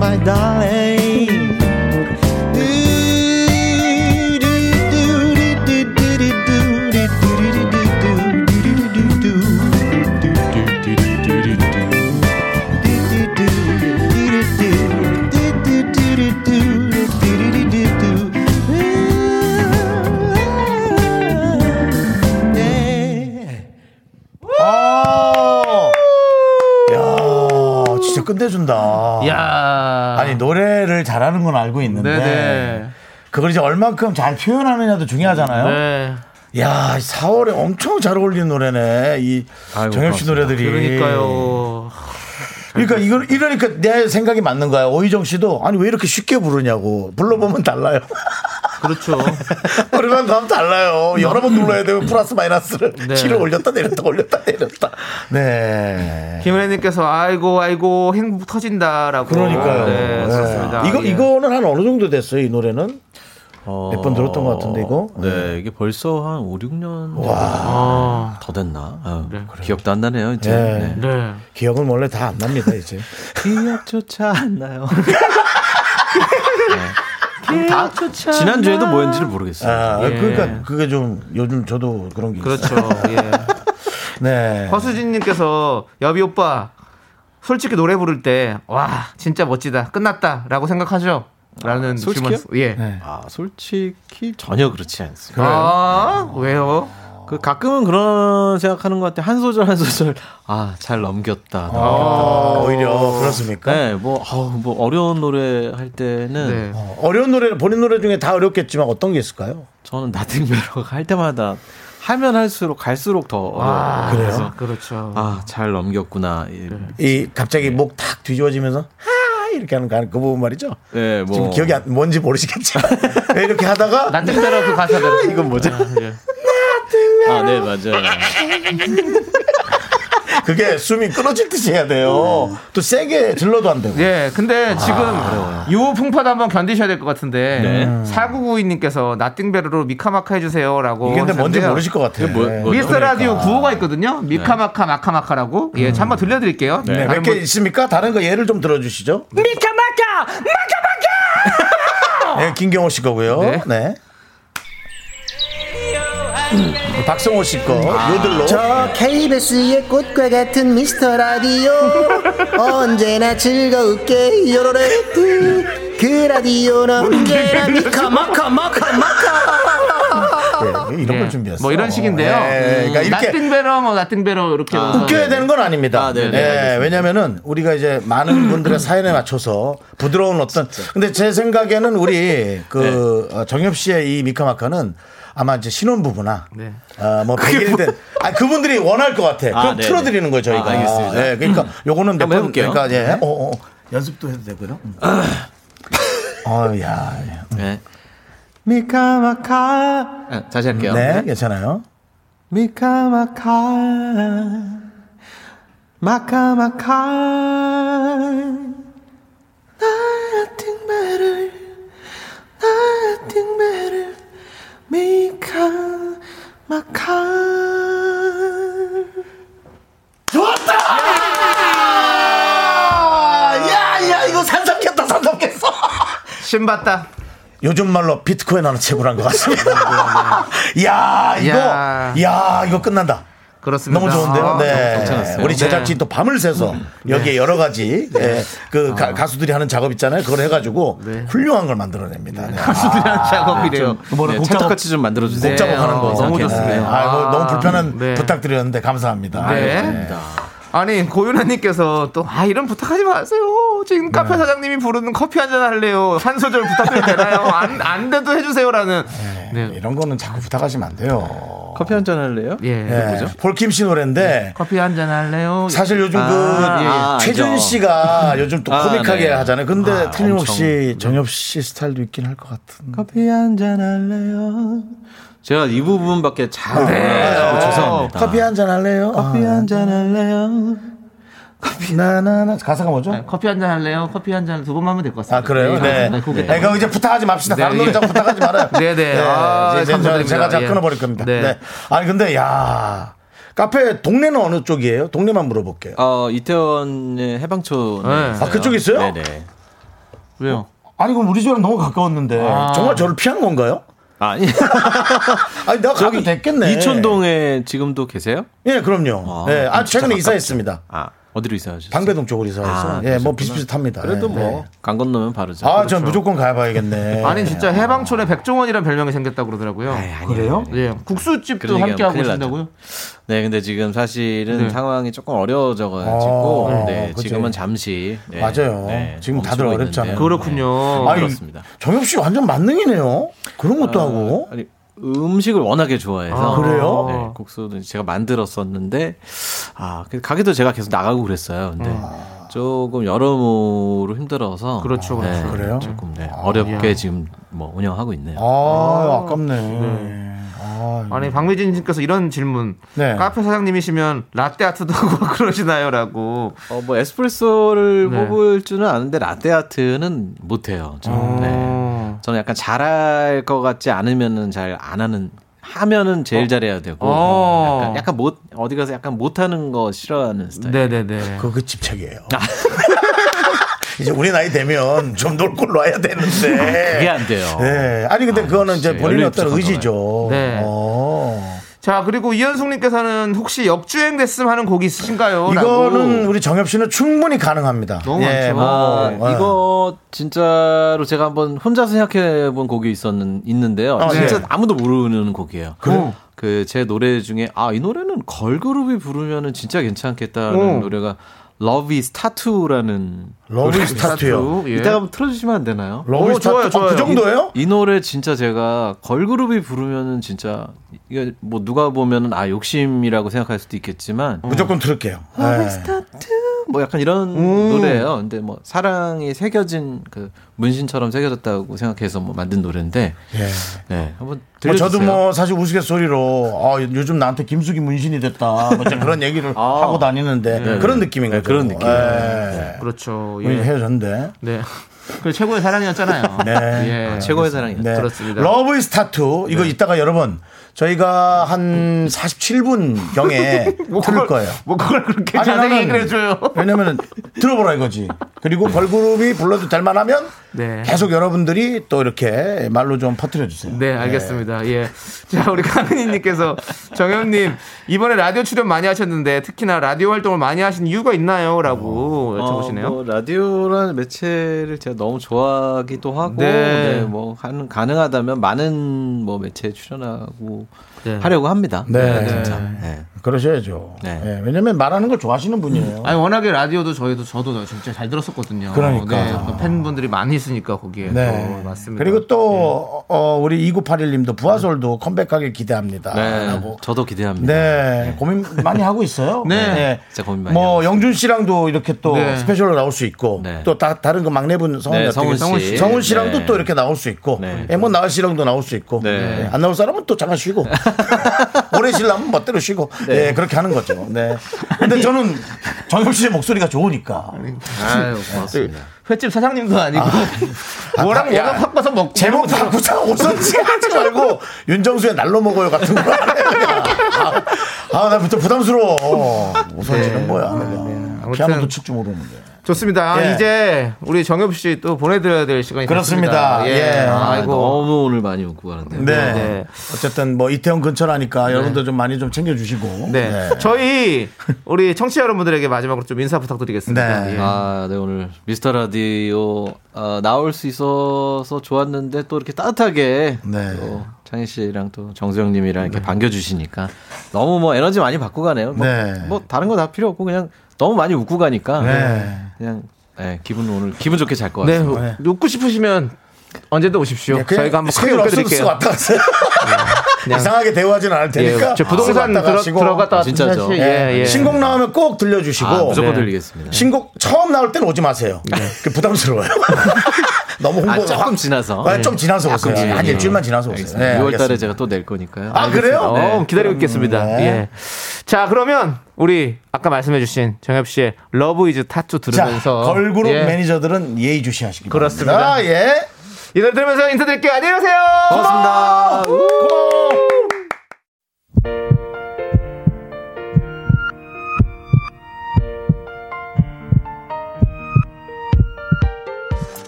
Speaker 6: My darling.
Speaker 1: 아, 야, 진짜 끝내준다.
Speaker 2: 야
Speaker 1: 아니 노래를 잘하는 건 알고 있는데
Speaker 2: 네네.
Speaker 1: 그걸 이제 얼만큼 잘 표현하느냐도 중요하잖아요.
Speaker 2: 네.
Speaker 1: 야, 4월에 엄청 잘 어울리는 노래네. 이
Speaker 5: 아이고,
Speaker 1: 정엽 씨
Speaker 5: 고맙습니다.
Speaker 1: 노래들이.
Speaker 2: 그러니까요.
Speaker 1: 예. 그러니까 이걸 이러니까 내 생각이 맞는 거야. 오희정 씨도 아니 왜 이렇게 쉽게 부르냐고. 불러보면 달라요.
Speaker 2: 그렇죠.
Speaker 1: 노래만 가면 달라요. 여러 번 눌러야 되고 플러스 마이너스를
Speaker 2: 네.
Speaker 1: 7을 올렸다 내렸다 올렸다 내렸다. 네.
Speaker 2: 김은혜님께서 아이고 아이고 행복 터진다라고.
Speaker 1: 그러니까요.
Speaker 2: 네, 그렇습니다.
Speaker 1: 이거
Speaker 2: 예.
Speaker 1: 이거는 한 어느 정도 됐어요, 이 노래는?
Speaker 5: 어,
Speaker 1: 몇번 들었던 것 같은데, 이거?
Speaker 5: 네, 이게 벌써 한 5, 6년
Speaker 2: 아,
Speaker 5: 더 됐나? 아, 기억도 안 나네요, 이제.
Speaker 1: 네.
Speaker 5: 네.
Speaker 2: 네.
Speaker 1: 기억은 원래 다 안 납니다, 이제.
Speaker 5: 기억조차 안 나요. 네. 다 지난주에도 뭐였는지를 모르겠어요.
Speaker 1: 아,
Speaker 2: 예.
Speaker 1: 그러니까 그게 좀 요즘 저도 그런 게 있어요.
Speaker 2: 그렇죠. 예.
Speaker 1: 네.
Speaker 2: 허수진님께서 여비 오빠 솔직히 노래 부를 때 와 진짜 멋지다 끝났다라고 생각하죠? 라는
Speaker 5: 아, 솔직히요?
Speaker 2: 질문. 예.
Speaker 1: 네.
Speaker 5: 아, 솔직히 전혀 그렇지 않습니다.
Speaker 2: 아 왜요?
Speaker 5: 그 가끔은 그런 생각하는 것 같아요. 한 소절 한 소절 아 잘 넘겼다.
Speaker 1: 아, 오히려 그렇습니까?
Speaker 5: 네, 뭐, 아우, 뭐 어려운 노래 할 때는
Speaker 2: 네.
Speaker 1: 어, 어려운 노래 본인 노래 중에 다 어렵겠지만 어떤 게 있을까요?
Speaker 5: 저는 나들메로가 할 때마다 하면 할수록 갈수록 더
Speaker 1: 그래요?
Speaker 5: 어려워요. 그래서
Speaker 2: 그렇죠.
Speaker 5: 아 잘 넘겼구나. 이-
Speaker 1: 이 갑자기 목 탁 뒤집어지면서 하 이렇게 하는 그 부분 말이죠.
Speaker 5: 네, 뭐
Speaker 1: 지금 기억이 안- 뭔지 모르시겠지만 왜 이렇게 하다가
Speaker 2: 나특별한 그 가사들. 이건 뭐죠?
Speaker 5: 아, 네 맞아요.
Speaker 1: 그게 숨이 끊어질 듯이 해야 돼요. 또 세게 질러도 안 되고.
Speaker 2: 예,
Speaker 1: 아,
Speaker 2: 근데 지금 요 풍파도 한번 견디셔야 될 것 같은데
Speaker 1: 네.
Speaker 2: 사구구이님께서 나띵베르로 미카마카 해주세요라고.
Speaker 1: 이게 근데 뭔지
Speaker 2: 하셨는데요.
Speaker 1: 모르실 것 같아요. 그러니까.
Speaker 5: 뭐-
Speaker 2: 미스터 라디오 구호가 있거든요. 미카마카 마카마카라고. 예, 참 한번 들려드릴게요.
Speaker 1: 음.
Speaker 2: 아, 뭐,
Speaker 1: 네,
Speaker 2: 다른
Speaker 1: 몇 개
Speaker 2: 분-
Speaker 1: 있습니까? 다른 거 예를 좀 들어주시죠.
Speaker 2: 미카마카
Speaker 1: 네, 김경호 씨 거고요. 네. 음,
Speaker 2: 네.
Speaker 1: 박성호 씨 거.
Speaker 2: 아.
Speaker 1: 요들로.
Speaker 4: 저 KBS의 꽃과 같은 미스터 라디오 언제나 즐거울게 요로레뜨 그 라디오는 언제나 미카마카마카마카
Speaker 1: 네, 이런
Speaker 2: 예,
Speaker 1: 걸 준비했어요.
Speaker 2: 뭐 이런 식인데요.
Speaker 1: 네, 그러니까 이렇게 아,
Speaker 2: 나띵베러 뭐 나띵베러 이렇게. 해서.
Speaker 1: 웃겨야 되는 건 아닙니다.
Speaker 5: 아, 네네,
Speaker 1: 예, 왜냐면은 우리가 이제 많은 분들의 사연에 맞춰서 부드러운 어떤 근데 제 생각에는
Speaker 5: 네.
Speaker 1: 우리 그 어, 정엽 씨의 이 미카마카는 아마 이제 신혼부부나
Speaker 2: 네.
Speaker 1: 어, 뭐 백일 된 아, 그분들이 원할 것 같아. 그럼
Speaker 5: 네네.
Speaker 1: 틀어드리는 거예요, 저희가.
Speaker 5: 아, 알겠습니다.
Speaker 1: 예, 그러니까 요거는 몇
Speaker 5: 한번
Speaker 1: 번,
Speaker 5: 해볼게요. 네.
Speaker 1: 그러니까 예. 어, 어. 연습도 해도 되고요. 어, 야.
Speaker 5: 네.
Speaker 6: 미카마카
Speaker 5: 아, 다시 할게요.
Speaker 1: 네, 괜찮아요.
Speaker 6: 미카마카 마카마카 Nothing better Nothing better 미카마카
Speaker 1: 아, 야, 야, 이거 산삼겠다, 산삼겠어.
Speaker 2: 신봤다.
Speaker 1: 요즘 말로 비트코인 하나 채굴한 것 같습니다. 야 이거 야.
Speaker 2: 야.
Speaker 1: 이거 끝난다.
Speaker 2: 그렇습니다.
Speaker 1: 너무 좋은데요.
Speaker 2: 아,
Speaker 1: 네.
Speaker 5: 괜찮았어요.
Speaker 1: 우리 제작진 이또 밤을
Speaker 2: 네.
Speaker 1: 새서 여기에 여러 가지 예, 그
Speaker 2: 아.
Speaker 1: 가, 수들이 하는 작업 있잖아요. 그걸 해가지고
Speaker 2: 네.
Speaker 1: 훌륭한 걸 만들어냅니다. 네. 아,
Speaker 2: 수술한 작업이래요.
Speaker 5: 네, 찰떡같이 좀 만들어주세요.
Speaker 2: 곡 작업하는
Speaker 5: 네,
Speaker 2: 거.
Speaker 5: 어,
Speaker 2: 너무
Speaker 5: 괜찮아요.
Speaker 2: 좋습니다.
Speaker 1: 네. 아이고,
Speaker 2: 아,
Speaker 1: 너무 불편한
Speaker 2: 네.
Speaker 1: 부탁드렸는데 감사합니다.
Speaker 2: 네. 아니 고윤아님께서 또 아 이런 부탁하지 마세요.
Speaker 1: 네.
Speaker 2: 지금 카페 사장님이 부르는 커피 한 잔 할래요. 한 소절 부탁드려도 되나요? 안, 안 돼도 해주세요라는.
Speaker 1: 네.
Speaker 2: 네.
Speaker 1: 이런 거는 자꾸 부탁하시면 안 돼요.
Speaker 5: 커피 한 잔 할래요?
Speaker 2: 예.
Speaker 1: 네. 폴킴 씨 노래인데
Speaker 2: 커피 한 잔 할래요.
Speaker 1: 사실 요즘
Speaker 2: 아, 예, 예.
Speaker 1: 그
Speaker 5: 아,
Speaker 1: 최준
Speaker 5: 알죠.
Speaker 1: 씨가 요즘 또
Speaker 5: 아,
Speaker 1: 코믹하게
Speaker 5: 네.
Speaker 1: 하잖아요. 근데
Speaker 5: 아,
Speaker 1: 틀림없이 정엽 씨 스타일도 있긴 할 것 같은.
Speaker 6: 커피 한잔 할래요
Speaker 5: 제가 이 부분밖에 잘 몰라요. 죄송합니다.
Speaker 1: 네. 아, 커피 한 잔 할래요? 아, 네.
Speaker 6: 커피 한잔 할래요
Speaker 1: 나나나 가사가 뭐죠?
Speaker 2: 커피 한 잔 할래요. 커피 한 잔 두 번만 하면 될 것 같습니다.
Speaker 1: 아 그래요? 네. 네.
Speaker 2: 그거겠다.
Speaker 1: 그럼 이제 부탁하지 맙시다.
Speaker 2: 네,
Speaker 1: 다른 노래
Speaker 2: 예.
Speaker 1: 자꾸 부탁하지 말아요.
Speaker 2: 네, 네. 아,
Speaker 1: 이제
Speaker 2: 감사드립니다.
Speaker 1: 제가 제가
Speaker 2: 예.
Speaker 1: 끊어버릴 겁니다. 네.
Speaker 2: 네.
Speaker 1: 아니 근데 야 카페 동네는 어느 쪽이에요? 동네만 물어볼게요.
Speaker 5: 어, 이태원의 해방촌.
Speaker 2: 네.
Speaker 1: 아, 그쪽 있어요?
Speaker 5: 네네.
Speaker 2: 왜요?
Speaker 1: 아니 그럼 우리 집이랑 너무 가까웠는데
Speaker 5: 아.
Speaker 1: 정말 저를 피한 건가요?
Speaker 5: 아니.
Speaker 1: 아니 내가 가도 됐겠네.
Speaker 5: 이촌동에 지금도 계세요?
Speaker 1: 예, 그럼요.
Speaker 5: 아,
Speaker 1: 예, 아 최근에
Speaker 5: 진짜
Speaker 1: 이사했습니다.
Speaker 5: 아, 어디로 이사하셨어요?
Speaker 1: 방배동 쪽으로 이사해서
Speaker 5: 아,
Speaker 1: 예, 뭐
Speaker 5: 그러셨구나.
Speaker 1: 비슷비슷합니다.
Speaker 5: 그래도
Speaker 1: 예,
Speaker 5: 뭐, 그렇죠.
Speaker 1: 네.
Speaker 5: 강 건너면 바로죠.
Speaker 1: 아, 전 무조건 가봐야겠네.
Speaker 2: 아니 진짜 해방촌에 백종원이란 별명이 생겼다고 그러더라고요.
Speaker 5: 그래요?
Speaker 2: 예. 국수집도
Speaker 5: 그러니까요.
Speaker 2: 함께 하고
Speaker 5: 큰일 나죠.
Speaker 2: 계신다고요?
Speaker 5: 네, 근데 지금 사실은
Speaker 2: 네.
Speaker 5: 상황이 조금 어려워져가지고,
Speaker 1: 아,
Speaker 5: 네,
Speaker 1: 그치.
Speaker 5: 지금은 잠시. 네,
Speaker 1: 맞아요. 지금 다들
Speaker 5: 멈추고
Speaker 1: 어렵잖아요.
Speaker 5: 있는데요. 네.
Speaker 2: 그렇군요.
Speaker 5: 아니,
Speaker 1: 아니,
Speaker 5: 그렇습니다.
Speaker 1: 정엽 씨 완전 만능이네요. 그런 것도 하고.
Speaker 5: 아니, 음식을 워낙에 좋아해서
Speaker 2: 아, 그래요?
Speaker 5: 네, 국수는 제가 만들었었는데 아 그 가게도 제가 계속 나가고 그랬어요. 근데
Speaker 2: 음.
Speaker 5: 조금 여러모로 힘들어서
Speaker 2: 그렇죠, 그렇죠.
Speaker 1: 그래요?
Speaker 5: 조금 네, 어렵게
Speaker 2: 예.
Speaker 5: 지금 뭐 운영하고 있네요.
Speaker 1: 아, 아깝네. 아,
Speaker 2: 아니 박미진 님께서 이런 질문.
Speaker 1: 네.
Speaker 5: 아,
Speaker 2: 카페 사장님이시면 라떼 아트도 하고 그러시나요라고.
Speaker 5: 어, 뭐 에스프레소를
Speaker 2: 네.
Speaker 5: 뽑을 줄은 아는데 라떼 아트는 못해요. 저는 네.
Speaker 2: 어.
Speaker 5: 저는 약간 잘할 것 같지 않으면은 잘 안 하는. 하면은 제일 잘해야 되고
Speaker 2: 어.
Speaker 5: 약간, 약간 못 어디 가서 약간 못하는 거 싫어하는 스타일.
Speaker 2: 네네네.
Speaker 1: 그거 집착이에요.
Speaker 5: 아.
Speaker 1: 이제 우리 나이 되면 좀 놀 걸로 와야 되는데.
Speaker 5: 그게 안
Speaker 2: 어.
Speaker 5: 돼요.
Speaker 1: 네. 아니, 근데
Speaker 5: 아,
Speaker 1: 그거는 이제
Speaker 5: 진짜
Speaker 1: 본인의
Speaker 5: 연륜이
Speaker 1: 어떤
Speaker 5: 부족한가
Speaker 1: 의지죠.
Speaker 2: 네.
Speaker 1: 어.
Speaker 2: 자 그리고 이현숙님께서는 혹시 역주행 됐음 하는 곡이 있으신가요?
Speaker 1: 이거는
Speaker 2: 라고.
Speaker 1: 우리 정엽 씨는 충분히 가능합니다.
Speaker 2: 어, 너무 많죠.
Speaker 1: 뭐,
Speaker 5: 아,
Speaker 1: 예.
Speaker 5: 이거 진짜로 제가 한번 혼자 생각해 본 곡이 있었는 있는데요.
Speaker 1: 아,
Speaker 5: 진짜
Speaker 1: 네.
Speaker 5: 아무도 모르는 곡이에요.
Speaker 1: 그래요?
Speaker 5: 그 제 노래 중에 아 이 노래는 걸그룹이 부르면은 진짜 괜찮겠다는
Speaker 1: 어.
Speaker 2: 오.
Speaker 5: 노래가 Love is Tattoo라는
Speaker 1: 러브 이스 타투요.
Speaker 2: 예.
Speaker 5: 이따가 한번 틀어주시면 안 되나요?
Speaker 1: 러브
Speaker 2: 오,
Speaker 1: 이스 타투.
Speaker 2: 좋아요,
Speaker 1: 어, 그
Speaker 2: 좋아요.
Speaker 1: 정도예요?
Speaker 5: 이 노래 진짜 제가 걸그룹이 부르면은 진짜 이게 뭐 누가 보면은 아 욕심이라고 생각할 수도 있겠지만
Speaker 1: 무조건 들을게요. 네.
Speaker 5: 뭐 약간 이런
Speaker 2: 음.
Speaker 5: 노래예요. 근데 뭐 사랑이 새겨진 그 문신처럼 새겨졌다고 생각해서 뭐 만든 노래인데,
Speaker 1: 예.
Speaker 2: 어,
Speaker 5: 네 한번
Speaker 1: 뭐 저도
Speaker 5: 들려주세요.
Speaker 1: 뭐 사실 우스갯소리로 아, 요즘 나한테 김숙이 문신이 됐다 뭐 이제 그런 얘기를
Speaker 5: 아.
Speaker 1: 하고 다니는데
Speaker 5: 네,
Speaker 1: 그런
Speaker 5: 네.
Speaker 1: 느낌인
Speaker 5: 네,
Speaker 1: 거죠.
Speaker 5: 그런 느낌.
Speaker 1: 예.
Speaker 2: 그렇죠.
Speaker 1: 우리
Speaker 2: 예.
Speaker 1: 헤어졌는데.
Speaker 2: 네. 그 최고의 사랑이었잖아요.
Speaker 1: 네.
Speaker 2: 예.
Speaker 5: 최고의 사랑이었죠.
Speaker 1: 네.
Speaker 2: 그렇습니다. 네.
Speaker 1: 러브 이스 타투 이거 이따가 여러분 저희가 한 47분 경에 틀 거예요.
Speaker 2: 뭐 그걸 그렇게
Speaker 1: 아니,
Speaker 2: 자세히
Speaker 1: 나는-
Speaker 2: 얘기를 해줘요.
Speaker 1: 왜냐면은 들어보라 이거지. 그리고 걸그룹이 불러도 될 만하면
Speaker 2: 네.
Speaker 1: 계속 여러분들이 또 이렇게 말로 좀 퍼뜨려 주세요.
Speaker 2: 네, 알겠습니다. 예. 자, 우리 강은희님께서 정현님 이번에 라디오 출연 많이 하셨는데 특히나 라디오 활동을 많이 하신 이유가 있나요?라고 여쭤보시네요.
Speaker 5: 어, 뭐 라디오라는 매체를 제가 너무 좋아하기도 하고
Speaker 2: 네.
Speaker 5: 네, 뭐 가능, 가능하다면 많은 뭐 매체에 출연하고
Speaker 2: 네.
Speaker 5: 하려고 합니다.
Speaker 1: 네.
Speaker 5: 진짜. 네.
Speaker 1: 그러셔야죠.
Speaker 5: 네.
Speaker 1: 예, 왜냐면 말하는 걸 좋아하시는 분이에요.
Speaker 2: 음. 아니 워낙에 라디오도 저희도 저도 진짜 잘 들었었거든요.
Speaker 1: 그러니까.
Speaker 2: 네, 팬분들이 많이 있으니까 거기에
Speaker 1: 네.
Speaker 2: 또 어, 맞습니다. 예.
Speaker 1: 그리고 또 어, 우리 2981님도 부하솔도 컴백하길 기대합니다.
Speaker 5: 네,
Speaker 1: 라고.
Speaker 5: 저도 기대합니다.
Speaker 1: 네, 고민 많이 하고 있어요.
Speaker 2: 네.
Speaker 5: 진짜 고민 많이
Speaker 1: 뭐
Speaker 5: 하고
Speaker 1: 영준 씨랑도 이렇게 또
Speaker 2: 네.
Speaker 1: 스페셜로 나올 수 있고
Speaker 5: 네.
Speaker 1: 또 다, 다른 그 막내분 성훈
Speaker 5: 네,
Speaker 1: 같은 경우-
Speaker 5: 성훈 씨.
Speaker 1: 성훈 씨랑도
Speaker 5: 네.
Speaker 1: 또 이렇게 나올 수 있고
Speaker 5: 네.
Speaker 1: 에모 나을 씨랑도 나올 수 있고
Speaker 5: 네.
Speaker 1: 네. 안 나올 사람은 또 잠깐 쉬고 오래 쉬려면 멋대로 쉬고 네. 그렇게 하는 거죠. 네. 근데 저는 정혁 씨의 목소리가 좋으니까
Speaker 2: 아유, 고맙습니다. 횟집 사장님도 아니고 뭐랑
Speaker 1: 아, 야.
Speaker 2: 뭐랑 바꿔서 먹고
Speaker 1: 제목 바꾸자 오선지 하지 말고 윤정수의 날로 먹어요 같은 거. 아, 아나부터 부담스러워. 오선지는
Speaker 2: 네.
Speaker 1: 뭐야.
Speaker 2: 아무튼.
Speaker 1: 피아노도 칠 줄 모르는데.
Speaker 2: 좋습니다. 아,
Speaker 1: 예.
Speaker 2: 이제 우리 정엽 씨 또 보내드려야 될 시간이
Speaker 1: 그렇습니다.
Speaker 2: 됐습니다.
Speaker 1: 예.
Speaker 5: 아,
Speaker 2: 아이고.
Speaker 5: 너무 오늘 많이 웃고 가는데.
Speaker 1: 네.
Speaker 2: 네.
Speaker 1: 어쨌든 뭐 이태원 근처라니까 여러분들 좀 많이 좀 챙겨주시고.
Speaker 2: 네. 저희 우리 청취자 여러분들에게 마지막으로 좀 인사 부탁드리겠습니다.
Speaker 1: 네.
Speaker 2: 예.
Speaker 5: 아, 네 오늘 미스터 라디오 아, 나올 수 있어서 좋았는데 또 이렇게 따뜻하게
Speaker 1: 네.
Speaker 5: 또 창희 씨랑 또 정수영님이랑 이렇게 반겨주시니까 너무 뭐 에너지 많이 받고 가네요. 뭐,
Speaker 1: 네.
Speaker 5: 뭐 다른 거 다 필요 없고 그냥 너무 많이 웃고 가니까
Speaker 1: 네.
Speaker 5: 그냥 네, 기분 오늘 기분 좋게 잘 것
Speaker 2: 네.
Speaker 1: 네.
Speaker 5: 같습니다.
Speaker 2: 웃고 싶으시면 언제든 오십시오.
Speaker 1: 네, 그냥
Speaker 2: 저희가 한번 크게
Speaker 1: 스케줄 없어서
Speaker 2: 웃겨드릴게요. 네.
Speaker 1: 왔다 갔어요. 이상하게 대우하진 않을 테니까.
Speaker 2: 예, 저 부동산
Speaker 1: 왔다
Speaker 2: 들어,
Speaker 1: 가시고.
Speaker 2: 들어갔다 왔다
Speaker 5: 진짜죠.
Speaker 2: 다시,
Speaker 1: 예,
Speaker 2: 예, 예.
Speaker 1: 신곡 나오면 꼭 들려주시고.
Speaker 5: 아, 무조건
Speaker 2: 네.
Speaker 5: 들리겠습니다.
Speaker 1: 신곡 처음 나올 때는 오지 마세요. 그 부담스러워요. 너무 홍보가
Speaker 5: 아, 조금
Speaker 1: 확-
Speaker 5: 지나서.
Speaker 1: 아,
Speaker 5: 네.
Speaker 1: 좀 지나서
Speaker 5: 조금
Speaker 1: 오세요. 한
Speaker 5: 지나서.
Speaker 1: 일주일만 지나서 오세요.
Speaker 5: 알겠습니다.
Speaker 1: 네,
Speaker 5: 6월 달에
Speaker 1: 알겠습니다.
Speaker 5: 제가 또 낼 거니까요.
Speaker 1: 아, 그래요?
Speaker 5: 알겠습니다.
Speaker 2: 어, 기다리고 있겠습니다.
Speaker 1: 네.
Speaker 2: 예. 자, 그러면 우리 아까 말씀해주신 정엽 씨의 러브 이즈 타투
Speaker 1: 자,
Speaker 2: 들으면서
Speaker 1: 걸그룹
Speaker 2: 예.
Speaker 1: 매니저들은 예의 주시하시기 바랍니다.
Speaker 2: 그렇습니다.
Speaker 1: 예.
Speaker 2: 이 노래 들으면서 인사드릴게요. 안녕히 가세요.
Speaker 1: 아!
Speaker 5: 고맙습니다.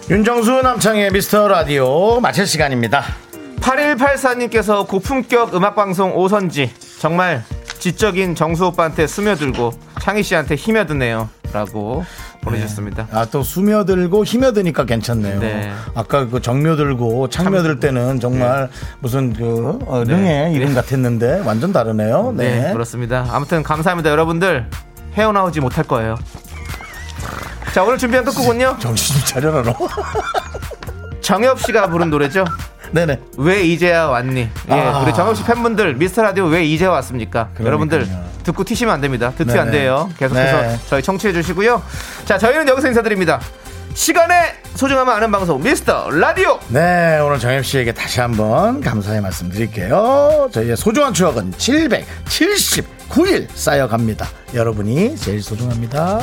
Speaker 1: 윤정수 남창의 미스터 라디오 마칠 시간입니다.
Speaker 2: 8184님께서 고품격 음악방송 오선지 정말 지적인 정수 오빠한테 스며들고 창희 씨한테 힘여드네요 라고 보내주셨습니다
Speaker 1: 아 또 수며들고 힘여드니까 괜찮네요.
Speaker 2: 네.
Speaker 1: 아까 그 정묘들고 창묘들 때는 정말 무슨 그 어, 능의 이름 같았는데 완전 다르네요.
Speaker 2: 네.
Speaker 1: 네.
Speaker 2: 그렇습니다 아무튼 감사합니다 여러분들 헤어나오지 못할 거예요 자 오늘 준비한 끝곡은요
Speaker 1: 정신 좀 차려라 너.
Speaker 2: 정엽 씨가 부른 노래죠
Speaker 1: 네네.
Speaker 2: 왜 이제야 왔니 예,
Speaker 1: 아.
Speaker 2: 우리 정엽 씨 팬분들 미스터 라디오 왜 이제야 왔습니까 여러분들 듣고 튀시면 안 됩니다 듣튀 안
Speaker 1: 네네.
Speaker 2: 돼요 계속해서
Speaker 1: 네.
Speaker 2: 저희 청취해 주시고요 자 저희는 여기서 인사드립니다 시간의 소중함을 아는 방송 미스터 라디오
Speaker 1: 네 오늘 정엽 씨에게 다시 한번 감사의 말씀 드릴게요. 저희의 소중한 추억은 779일 쌓여갑니다. 여러분이 제일 소중합니다.